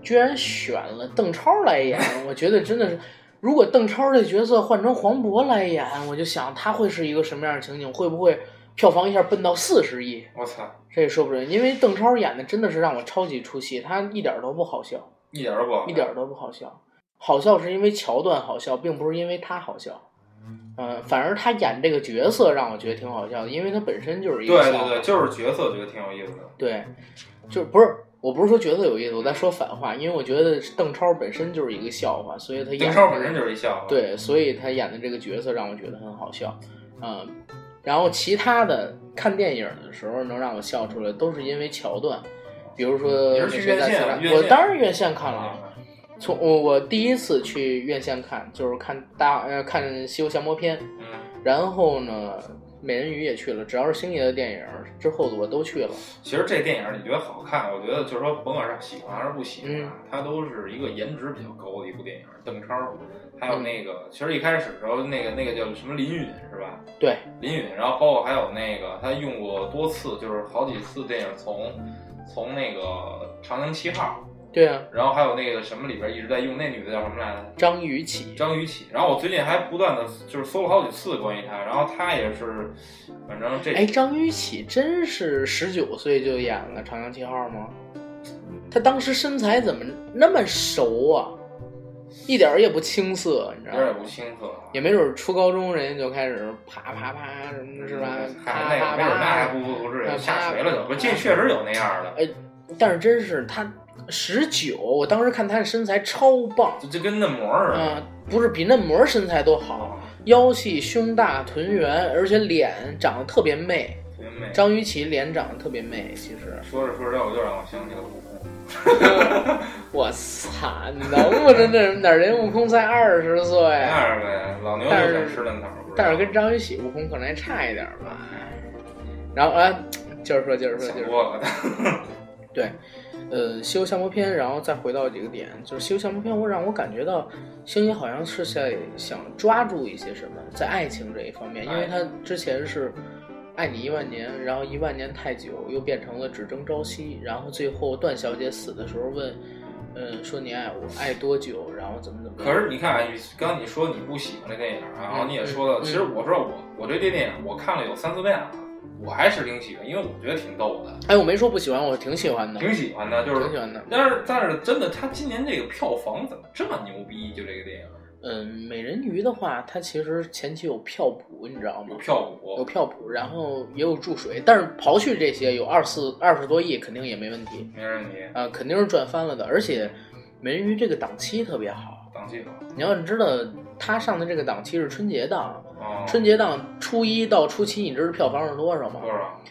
A: 居然选了邓超来演，我觉得真的是，如果邓超这角色换成黄渤来演，我就想他会是一个什么样的情景？会不会票房一下奔到四十亿？
B: 我操，
A: 这也说不准，因为邓超演的真的是让我超级出戏，他一点儿都不好笑。
B: 一点儿都不好看，
A: 一点儿都不好笑。好笑是因为桥段好笑，并不是因为他好笑。嗯，反而他演这个角色让我觉得挺好笑的，因为他本身就是一个
B: 对
A: 笑
B: 对
A: 话。
B: 对，就是角色，我觉得挺有意思的。
A: 对就是不是我不是说角色有意思，我在说反话，因为我觉得邓超本身就是一个笑话，所以他演
B: 邓超本身就是一笑话。，
A: 对，所以他演的这个角色让我觉得很好笑。嗯，然后其他的看电影的时候能让我笑出来，都是因为桥段，比如说
B: 你
A: 那
B: 是去
A: 谁在
B: 院线
A: 自
B: 啊
A: 杀
B: 院
A: 我
B: 线嗯
A: 当然院线看了。啊从我我第一次去院线看，就是看大呃看《西游降魔篇》，
B: 嗯，
A: 然后呢，美人鱼也去了，只要是星爷的电影之后的我都去了。
B: 其实这电影你觉得好看，我觉得就是说，甭管是喜欢还是不喜欢，它都是一个颜值比较高的一部电影。邓超，还有那个，其实一开始的时候，那个那个叫什么林允是吧？
A: 对，
B: 林允，然后包括还有那个，他用过多次，就是好几次电影从，从那个《长江七号
A: 对啊》，，
B: 然后还有那个什么里边一直在用，那女的叫什么来着？
A: 张雨绮，
B: 张雨绮。然后我最近还不断的就是搜了好几次关于她，然后她也是，反正这
A: 哎，张雨绮真是十九岁就演了《长江七号》吗？
B: 嗯
A: 她当时身材怎么那么熟啊？一点儿也不青涩，你知
B: 一
A: 道
B: 点也
A: 吗？
B: 不青涩。
A: 也没准儿初高中人家就开始啪啪啪什么的，是吧？啪
B: 嗨，那
A: 啪
B: 个没
A: 啪。
B: 准那嗯还不不至于下垂了就，不这确实有那样的，
A: 但是真是她十九，我当时看她的身材超棒，
B: 就就跟嫩模似的。
A: 嗯，不是比嫩模身材都好，
B: 哦
A: 腰细胸大臀圆，而且脸长得特别媚。
B: 特别美。
A: 嗯张雨绮脸长得特别媚，其实，
B: 说着说着，我就让我想起了悟空，
A: 我操，能不能这哪儿人悟空才二十岁，啊
B: 那样呗，老牛就想吃嫩草，不
A: 哎但是跟张雨绮、悟空可能还差一点儿吧。然后啊，接着说，接着说，接
B: 想
A: 着
B: 多
A: 说，
B: 了。
A: 对，呃，《西游降魔篇》，然后再回到几个点，就是《西游降魔篇》，我让我感觉到星爷好像是在想抓住一些什么，在爱情这一方面，因
B: 哎
A: 为他之前是爱你一万年，然后一万年太久，又变成了只争朝夕，然后最后段小姐死的时候问，嗯，说你爱我爱多久，然后怎么怎么样，
B: 可是你看啊，你刚刚你说你不喜欢这电影，啊然后你也说了，
A: 嗯嗯
B: 其实我说我我对这电影我看了有三四遍了，我还是挺喜欢，因为我觉得挺逗的，
A: 哎，我没说不喜欢，我挺喜欢的，
B: 挺喜欢的，就
A: 嗯挺喜
B: 是。
A: 欢的。
B: 但是但是真的，他今年这个票房怎么这么牛逼？就这个电影
A: 嗯，美人鱼的话，它其实前期有票补，你知道吗
B: 有？票
A: 有
B: 补，
A: 票补，然后也有注水，但是刨去这些，有二四二十多亿肯定也没问题，
B: 没问题，
A: 呃，肯定是赚翻了的。而且美人鱼这个档期特别好，
B: 档期好。
A: 你要是知道它上的这个档期是春节档，
B: 哦
A: 春节档初一到初七，你知道票房是多少吗
B: 多？少？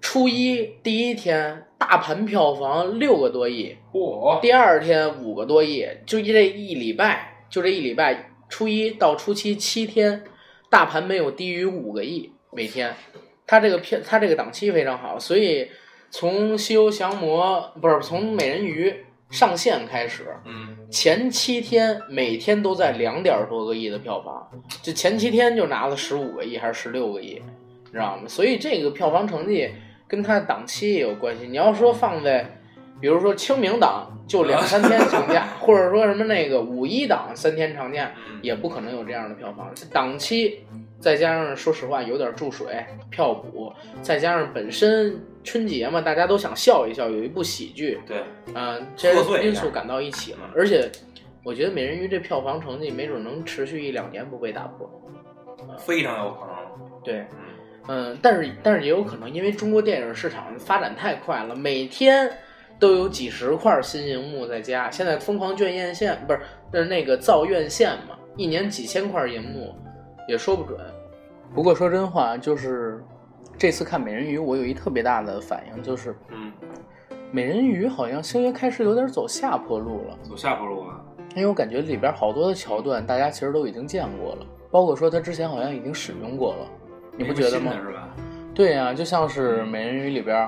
A: 初一第一天大盘票房六个多亿，
B: 嚯！
A: 第二天五个多亿，就这一礼拜，就这一礼拜，初一到初七七天，大盘没有低于五个亿每天。它这个片，它这个档期非常好，所以从《西游降魔》不是从《美人鱼》上线开始，
B: 嗯，
A: 前七天每天都在两点多个亿的票房，就前七天就拿了十五个亿还是十六个亿，你知道吗？所以这个票房成绩跟它的档期也有关系。你要说放在，比如说清明档就两三天长假，或者说什么那个五一档三天长假，
B: 嗯
A: 也不可能有这样的票房。档期再加上说实话有点注水、票补，再加上本身春节嘛，大家都想笑一笑，有一部喜剧，
B: 对，
A: 嗯，这
B: 贺岁一
A: 因
B: 下嗯
A: 素赶到一起了，而且我觉得《美人鱼》这票房成绩没准能持续一两年不被打破。
B: 非常有可能。
A: 对，
B: 嗯，
A: 嗯，但是但是也有可能，因为中国电影市场发展太快了，每天都有几十块新荧幕在加。现在疯狂卷院线，不是，那那个造院线嘛，一年几千块银幕，也说不准。不过说真话，就是这次看《美人鱼》，我有一特别大的反应，就是《
B: 嗯，
A: 美人鱼》好像星爷开始有点走下坡路了。
B: 走下坡路啊了。
A: 因为我感觉里边好多的桥段，大家其实都已经见过了，包括说他之前好像已经使用过了，你不觉得吗
B: 没？什么新的是吧？
A: 对呀、就像是《美人鱼》里边，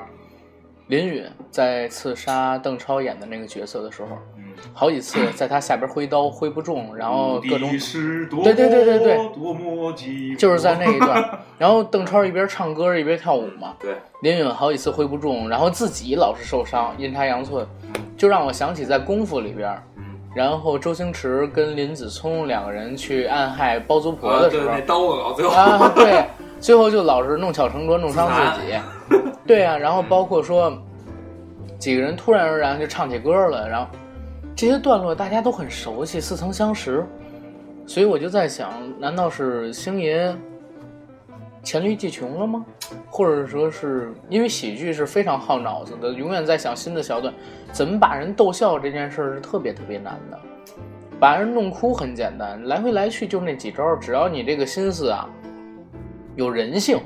A: 林允在刺杀邓超演的那个角色的时候，
B: 嗯，
A: 好几次在他下边挥刀挥不中，然后各种
B: 无敌是多
A: 对对对对对
B: 多么寂寞
A: 就是在那一段，然后邓超一边唱歌一边跳舞嘛，
B: 对，
A: 林允好几次挥不中，然后自己老是受伤，阴差阳错，就让我想起在《功夫》里边，
B: 嗯，
A: 然后周星驰跟林子聪两个人去暗害包租婆
C: 啊，
A: 的
C: 对，
A: 时候
C: 那，刀搞最后
A: 啊，对，最后就老是弄巧成拙，弄伤自己。对啊，然后包括说几个人突然而然就唱起歌了，然后这些段落大家都很熟悉，似曾相识，所以我就在想，难道是星爷黔驴技穷了吗？或者说是因为喜剧是非常耗脑子的，永远在想新的桥段，怎么把人逗笑这件事儿是特别特别难的。把人弄哭很简单，来回来去就那几招儿，只要你这个心思啊有人性，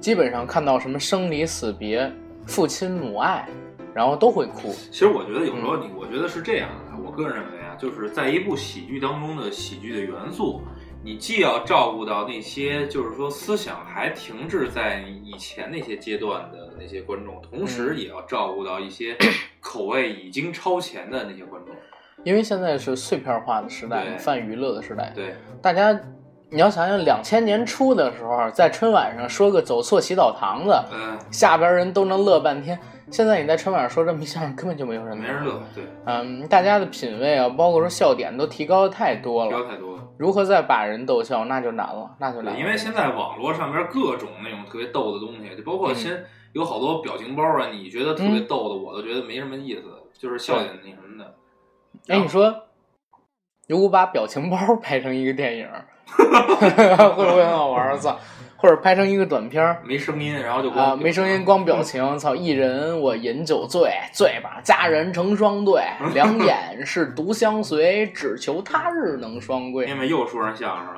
A: 基本上看到什么生离死别、父亲母爱，然后都会哭。
B: 其实我觉得有时候你，我觉得是这样的，我个人认为啊，就是在一部喜剧当中的喜剧的元素，你既要照顾到那些就是说思想还停滞在以前那些阶段的那些观众，同时也要照顾到一些口味已经超前的那些观众。
A: 因为现在是碎片化的时代，
B: 对
A: 泛娱乐的时代，
B: 对，
A: 大家你要想想，两千年初的时候，在春晚上说个走错洗澡堂子，
B: 嗯、
A: 下边人都能乐半天。现在你在春晚上说这么一相声，根本就没有人
B: 没人乐，对，
A: 嗯，大家的品味啊，包括说笑点都提高的太多
B: 不
A: 了
B: 要。太多了。
A: 如何再把人逗笑，那就难了，那就难
B: 对，
A: 了。
B: 因为现在网络上面各种那种特别逗的东西，就包括
A: 嗯
B: 先有好多表情包啊，你觉得特别逗的，我都觉得没什么意思，就是笑点那什么的。
A: 哎，你说，如果把表情包拍成一个电影 儿，会不会很好玩儿？操，或者拍成一个短片儿
B: 没声音，然后就光嗯
A: 啊，没声音光表情，操，一人我饮酒醉，醉吧佳人成双 对，两眼是独相随，只求他日能双归
B: 嗯因。为又说上相声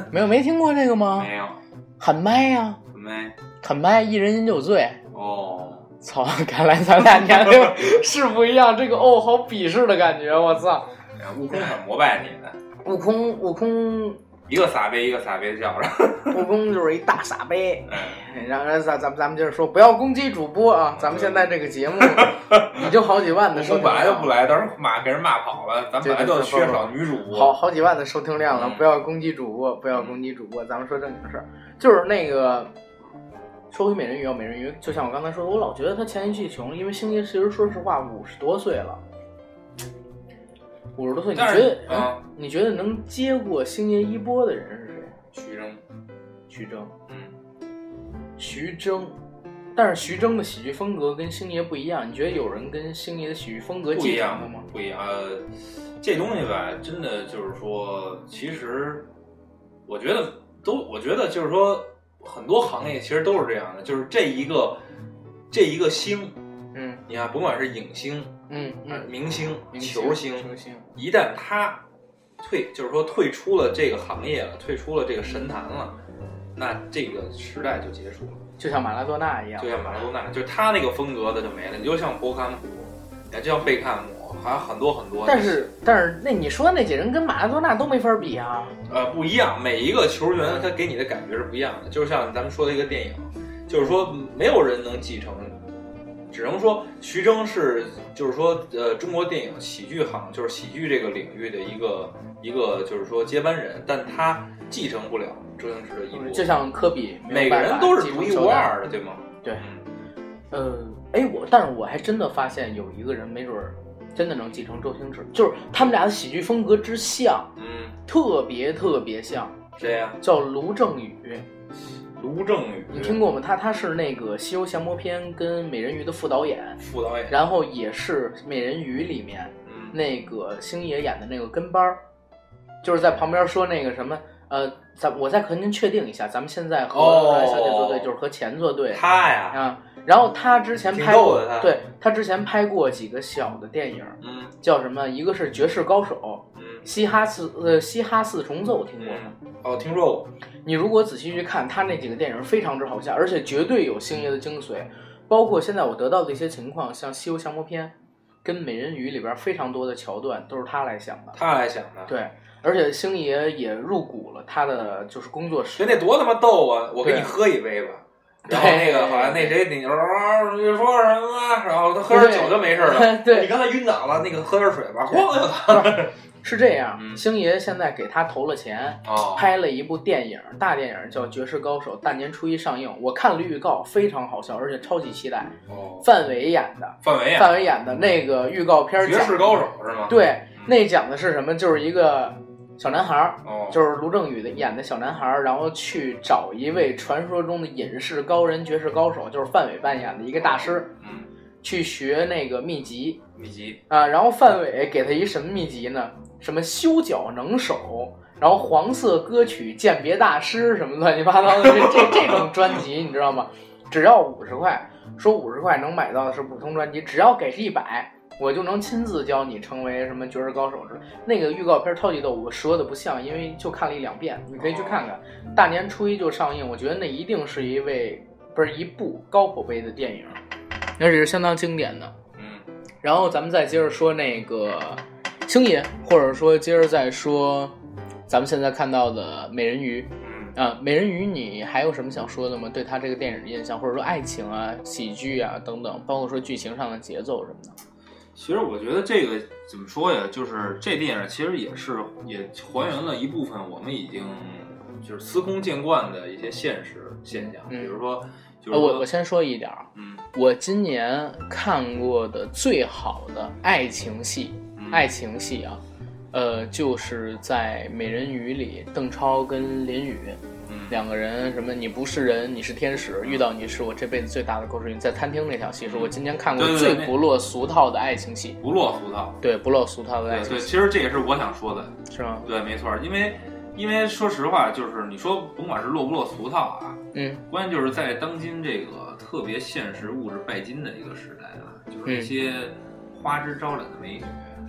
B: 了，
A: 没有没听过这个吗？
B: 没有，
A: 喊麦呀、
B: 没
A: 喊麦，一人饮酒醉。
B: 哦，
A: 操，看来咱俩年龄 是不一样，这个哦，好鄙视的感觉，我操！
B: 哎悟空很膜拜你的，
A: 悟空，悟空
B: 一个撒贝一个撒贝的笑着，
A: 悟空就是一大傻杯。然后咱咱们咱们接着说，不要攻击主播啊！咱们现在这个 节目已经好几万的
B: 悟
A: 收
B: 空
A: 听
B: 嗯本来就
A: 量
B: 不
A: 了，
B: 来，到时候骂给人骂跑了，咱本来就缺少女主
A: 好
B: 播，
A: 好几万的收听量了。
B: 嗯
A: 不要攻击主播，不要攻击主播，咱们说正经事儿，就是那个。说回美人鱼啊，美人鱼就像我刚才说的，我老觉得他前一季穷，因为星爷其实说实话五十多岁了，五十多岁，你觉
B: 但
A: 得
B: 是、
A: 嗯
B: 啊，
A: 你觉得能接过星爷衣钵的人是谁？
B: 徐峥，
A: 徐峥。
B: 嗯，
A: 徐峥，但是徐峥的喜剧风格跟星爷不一样，你觉得有人跟星爷的喜剧风格
B: 不一
A: 继承
B: 样
A: 了吗？
B: 不一样。呃，这东西吧，真的就是说，其实我觉得都，我觉得就是说，很多行业其实都是这样的，就是这一个这一个星，
A: 嗯
B: 你看，甭管是影星、
A: 嗯嗯，
B: 明星、
A: 明星
B: 球星，
A: 球星，
B: 一旦他退，就是说退出了这个行业了，退出了这个神坛了，那这个时代就结束了。
A: 就像马拉多纳一样
B: 就，像马拉多纳，就是他那个风格的就没了。你就像博坎普，你看就像贝坎姆，还有很多很多。
A: 但是但是那你说那几人跟马拉多纳都没法比啊，
B: 呃，不一样，每一个球员他给你的感觉是不一样的。就像咱们说的一个电影，就是说没有人能继承，只能说徐峥是，就是说呃，中国电影喜剧行，就是喜剧这个领域的一个一个，就是说接班人，但他继承不了周星驰的衣钵。
A: 就像科比，没
B: 每
A: 有
B: 个
A: 办法
B: 人都是
A: 继承
B: 独一
A: 球
B: 无
A: 员。
B: 二的，对吗？
A: 对
B: 嗯
A: 呃，哎，我但是我还真的发现有一个人，没准儿真的能继承周星驰，就是他们俩的喜剧风格之像，
B: 嗯，
A: 特别特别像，
B: 谁呀、
A: 叫卢正雨。
B: 卢正雨，
A: 你听过吗？他他是那个《西游降魔篇》跟《美人鱼》的副导演，
B: 副导演？
A: 然后也是《美人鱼》里面
B: 嗯，
A: 那个星爷演的那个跟班儿，就是在旁边说那个什么，呃，咱我再和您确定一下，咱们现在和
B: 哦
A: 小姐作对，就是和钱作对
B: 他呀，
A: 啊。然后他之前
B: 挺
A: 拍
B: 逗
A: 过
B: 的他，
A: 对他之前拍过几个小的电影，
B: 嗯
A: 叫什么？一个是《绝世高手》，
B: 嗯，
A: 嘻哈四呃嘻哈四重奏，听过吗？
B: 哦，听说过，
A: 你如果仔细去看他那几个电影，非常之好笑，而且绝对有星爷的精髓。包括现在我得到的一些情况，像《西游降魔篇》跟《美人鱼》里边非常多的桥段都是他来想的。
B: 他来想的。
A: 对，而且星爷也入股了他的就是工作
B: 觉
A: 室
B: 得。那多他妈逗啊！我给你
A: 对
B: 喝一杯吧。然后那个好像那谁，那牛儿你说什么？啊然后他喝点酒就没事了。哦
A: 对
C: 你，刚才晕倒了，那个喝点水吧。
A: 对
C: 咣就倒
A: 是这样。
B: 嗯
A: 星爷现在给他投了钱，
B: 哦，
A: 拍了一部电影，大电影叫《绝世高手》，大年初一上映。我看了预告，非常好笑，而且超级期待。
C: 哦，
A: 范伟演的，
B: 范伟演
A: 范伟演的那个预告片
B: 《
A: 儿
B: 绝
A: 讲
B: 世高手》是吗？
A: 对
B: 嗯，
A: 那讲的是什么？就是一个小男孩儿，
B: 哦，
A: 就是卢正雨的演的小男孩儿，然后去找一位传说中的隐士高人、绝世高手，就是范伟扮演的一个大师，
B: 嗯，
A: 去学那个秘籍
B: 秘籍
A: 啊。然后范伟给他一什么秘籍呢？什么修脚能手，然后黄色歌曲鉴别大师什么乱七八糟的这这这种专辑，你知道吗？只要五十块，说五十块能买到的是普通专辑，只要给是一百，我就能亲自教你成为什么绝世高手之类。那个预告片超级逗，我说的不像，因为就看了一两遍，你可以去看看。大年初一就上映，我觉得那一定是一位不是一部高口碑的电影，而且是相当经典的。
B: 嗯，
A: 然后咱们再接着说那个星爷，或者说接着再说咱们现在看到的美人鱼
B: 嗯
A: 啊、美人鱼，你还有什么想说的吗？对他这个电影的印象，或者说爱情啊、喜剧啊等等，包括说剧情上的节奏什么的。
B: 其实我觉得这个怎么说呀？就是这电影其实也是也还原了一部分我们已经就是司空见惯的一些现实现象，
A: 嗯
B: 比如说，就
A: 呃，
B: 是
A: 我
B: 说
A: 我先说一点儿，
B: 嗯
A: 我今年看过的最好的爱情戏，
B: 嗯
A: 爱情戏啊，呃，就是在《美人鱼》里，邓超跟林雨
B: 嗯
A: 两个人什么你不是人，你是天使，遇到你是我这辈子最大的狗屎运。在餐厅那场戏是我今年看过
B: 对对
A: 最
B: 对那
A: 不落俗套的爱情戏，
B: 不落俗套。
A: 对不落俗套的爱
B: 对
A: 情
B: 对，
A: 戏
B: 其实这也是我想说的，
A: 是吗？
B: 对，没错儿，因为因为说实话，就是你说甭管是落不落俗套啊，
A: 嗯，
B: 关键就是在当今这个特别现实、物质拜金的一个时代啊，
A: 嗯
B: 就是一些花枝招展的美女，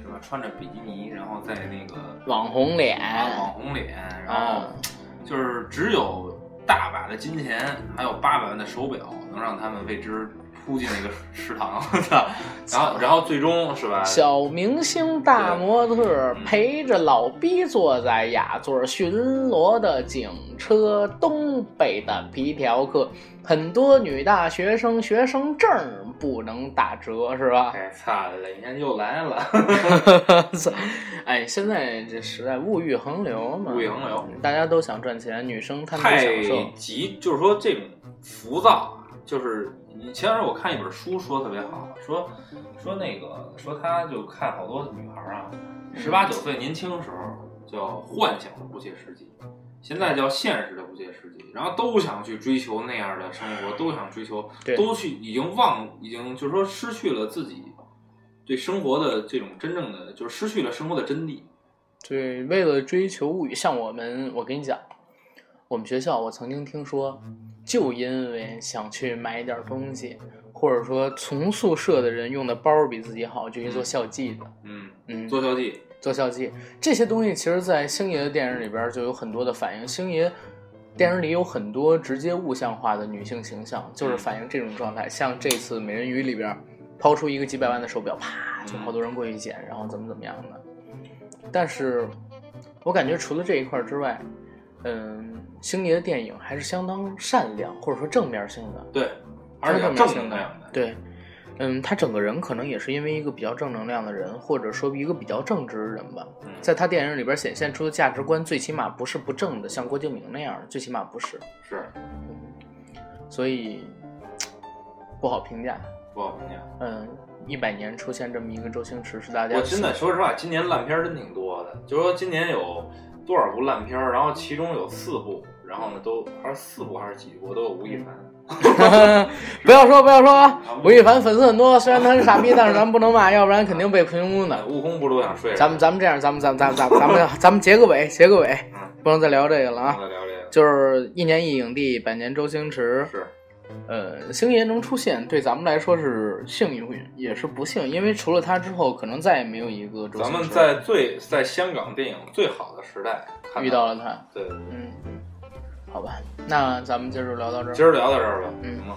B: 是吧？穿着比基尼，然后在那个啊
A: 网红脸，
B: 网红脸，然后
A: 啊，
B: 就是只有大把的金钱，还有八百万的手表，能让他们为之扑进那个食堂，然后然后最终是吧？
A: 小明星大模特儿
B: 嗯
A: 陪着老逼坐在雅座巡逻的警车，东北的皮条客，很多女大学生学生证儿不能打折，是吧？
B: 哎，操，你看又来了。
A: 哎，现在这时代物欲横流嘛，
B: 物欲横流，
A: 大家都想赚钱，女生贪图
B: 太
A: 享受，
B: 急，就是说这种浮躁啊，就是你前两天我看一本书说特别好，说说那个说他就看好多女孩啊，
A: 嗯
B: 十八九岁年轻时候叫幻想的不切实际，现在叫现实的不切实际，然后都想去追求那样的生活，都想追求
A: 对，
B: 都去已经忘，已经就是说失去了自己对生活的这种真正的，就是失去了生活的真谛。
A: 对，为了追求物欲，像我们，我跟你讲，我们学校我曾经听说，就因为想去买点东西，或者说从宿舍的人用的包比自己好，就去做校际的，
B: 嗯，
A: 嗯，
B: 做交际，
A: 做校际这些东西，其实，在星爷的电影里边就有很多的反映。星爷电影里有很多直接物象化的女性形象，就是反映这种状态。像这次《美人鱼》里边，抛出一个几百万的手表，啪，就好多人过去捡，然后怎么怎么样的。但是，我感觉除了这一块之外，嗯，星爷的电影还是相当善良，或者说正面性的，
B: 对，而且要
A: 正
B: 正能
A: 面
B: 量
A: 性
B: 的。
A: 对。嗯，他整个人可能也是因为一个比较正能量的人，或者说一个比较正直的人吧，
B: 嗯
A: 在他电影里边显现出的价值观，最起码不是不正的，像郭敬明那样的，最起码不是，
B: 是。
A: 所以不好评价。
B: 不好评价。
A: 嗯，一百年出现这么一个周星驰是大家
B: 我真的说实话，今年烂片儿真挺多的，就是说今年有多少部烂片儿，然后其中有四部，然后呢都还是四部还是几部都有吴亦凡。
A: 不要说不要说啊，吴亦凡粉丝很多，虽然他是傻逼，但是咱们不能骂，要不然肯定被评估
B: 那
A: 的。
B: 悟空不是都想睡着？
A: 咱们咱们这样，咱们咱们咱们咱们咱们咱们结个尾，结个尾，
B: 嗯，
A: 不能再聊这个了
B: 咱
A: 啊！
B: 们再聊这个。
A: 就是一年一影帝，百年周星驰，
B: 是，
A: 呃，星爷能出现，对咱们来说是幸运，也是不幸，因为除了他之后，可能再也没有一个周星
B: 咱
A: 驰
B: 们在最在香港电影最好的时代看
A: 遇到了他。
B: 对，
A: 嗯，好吧，那咱们今儿就聊到这儿。
B: 今儿聊到这儿吧，
A: 嗯
B: 行吗？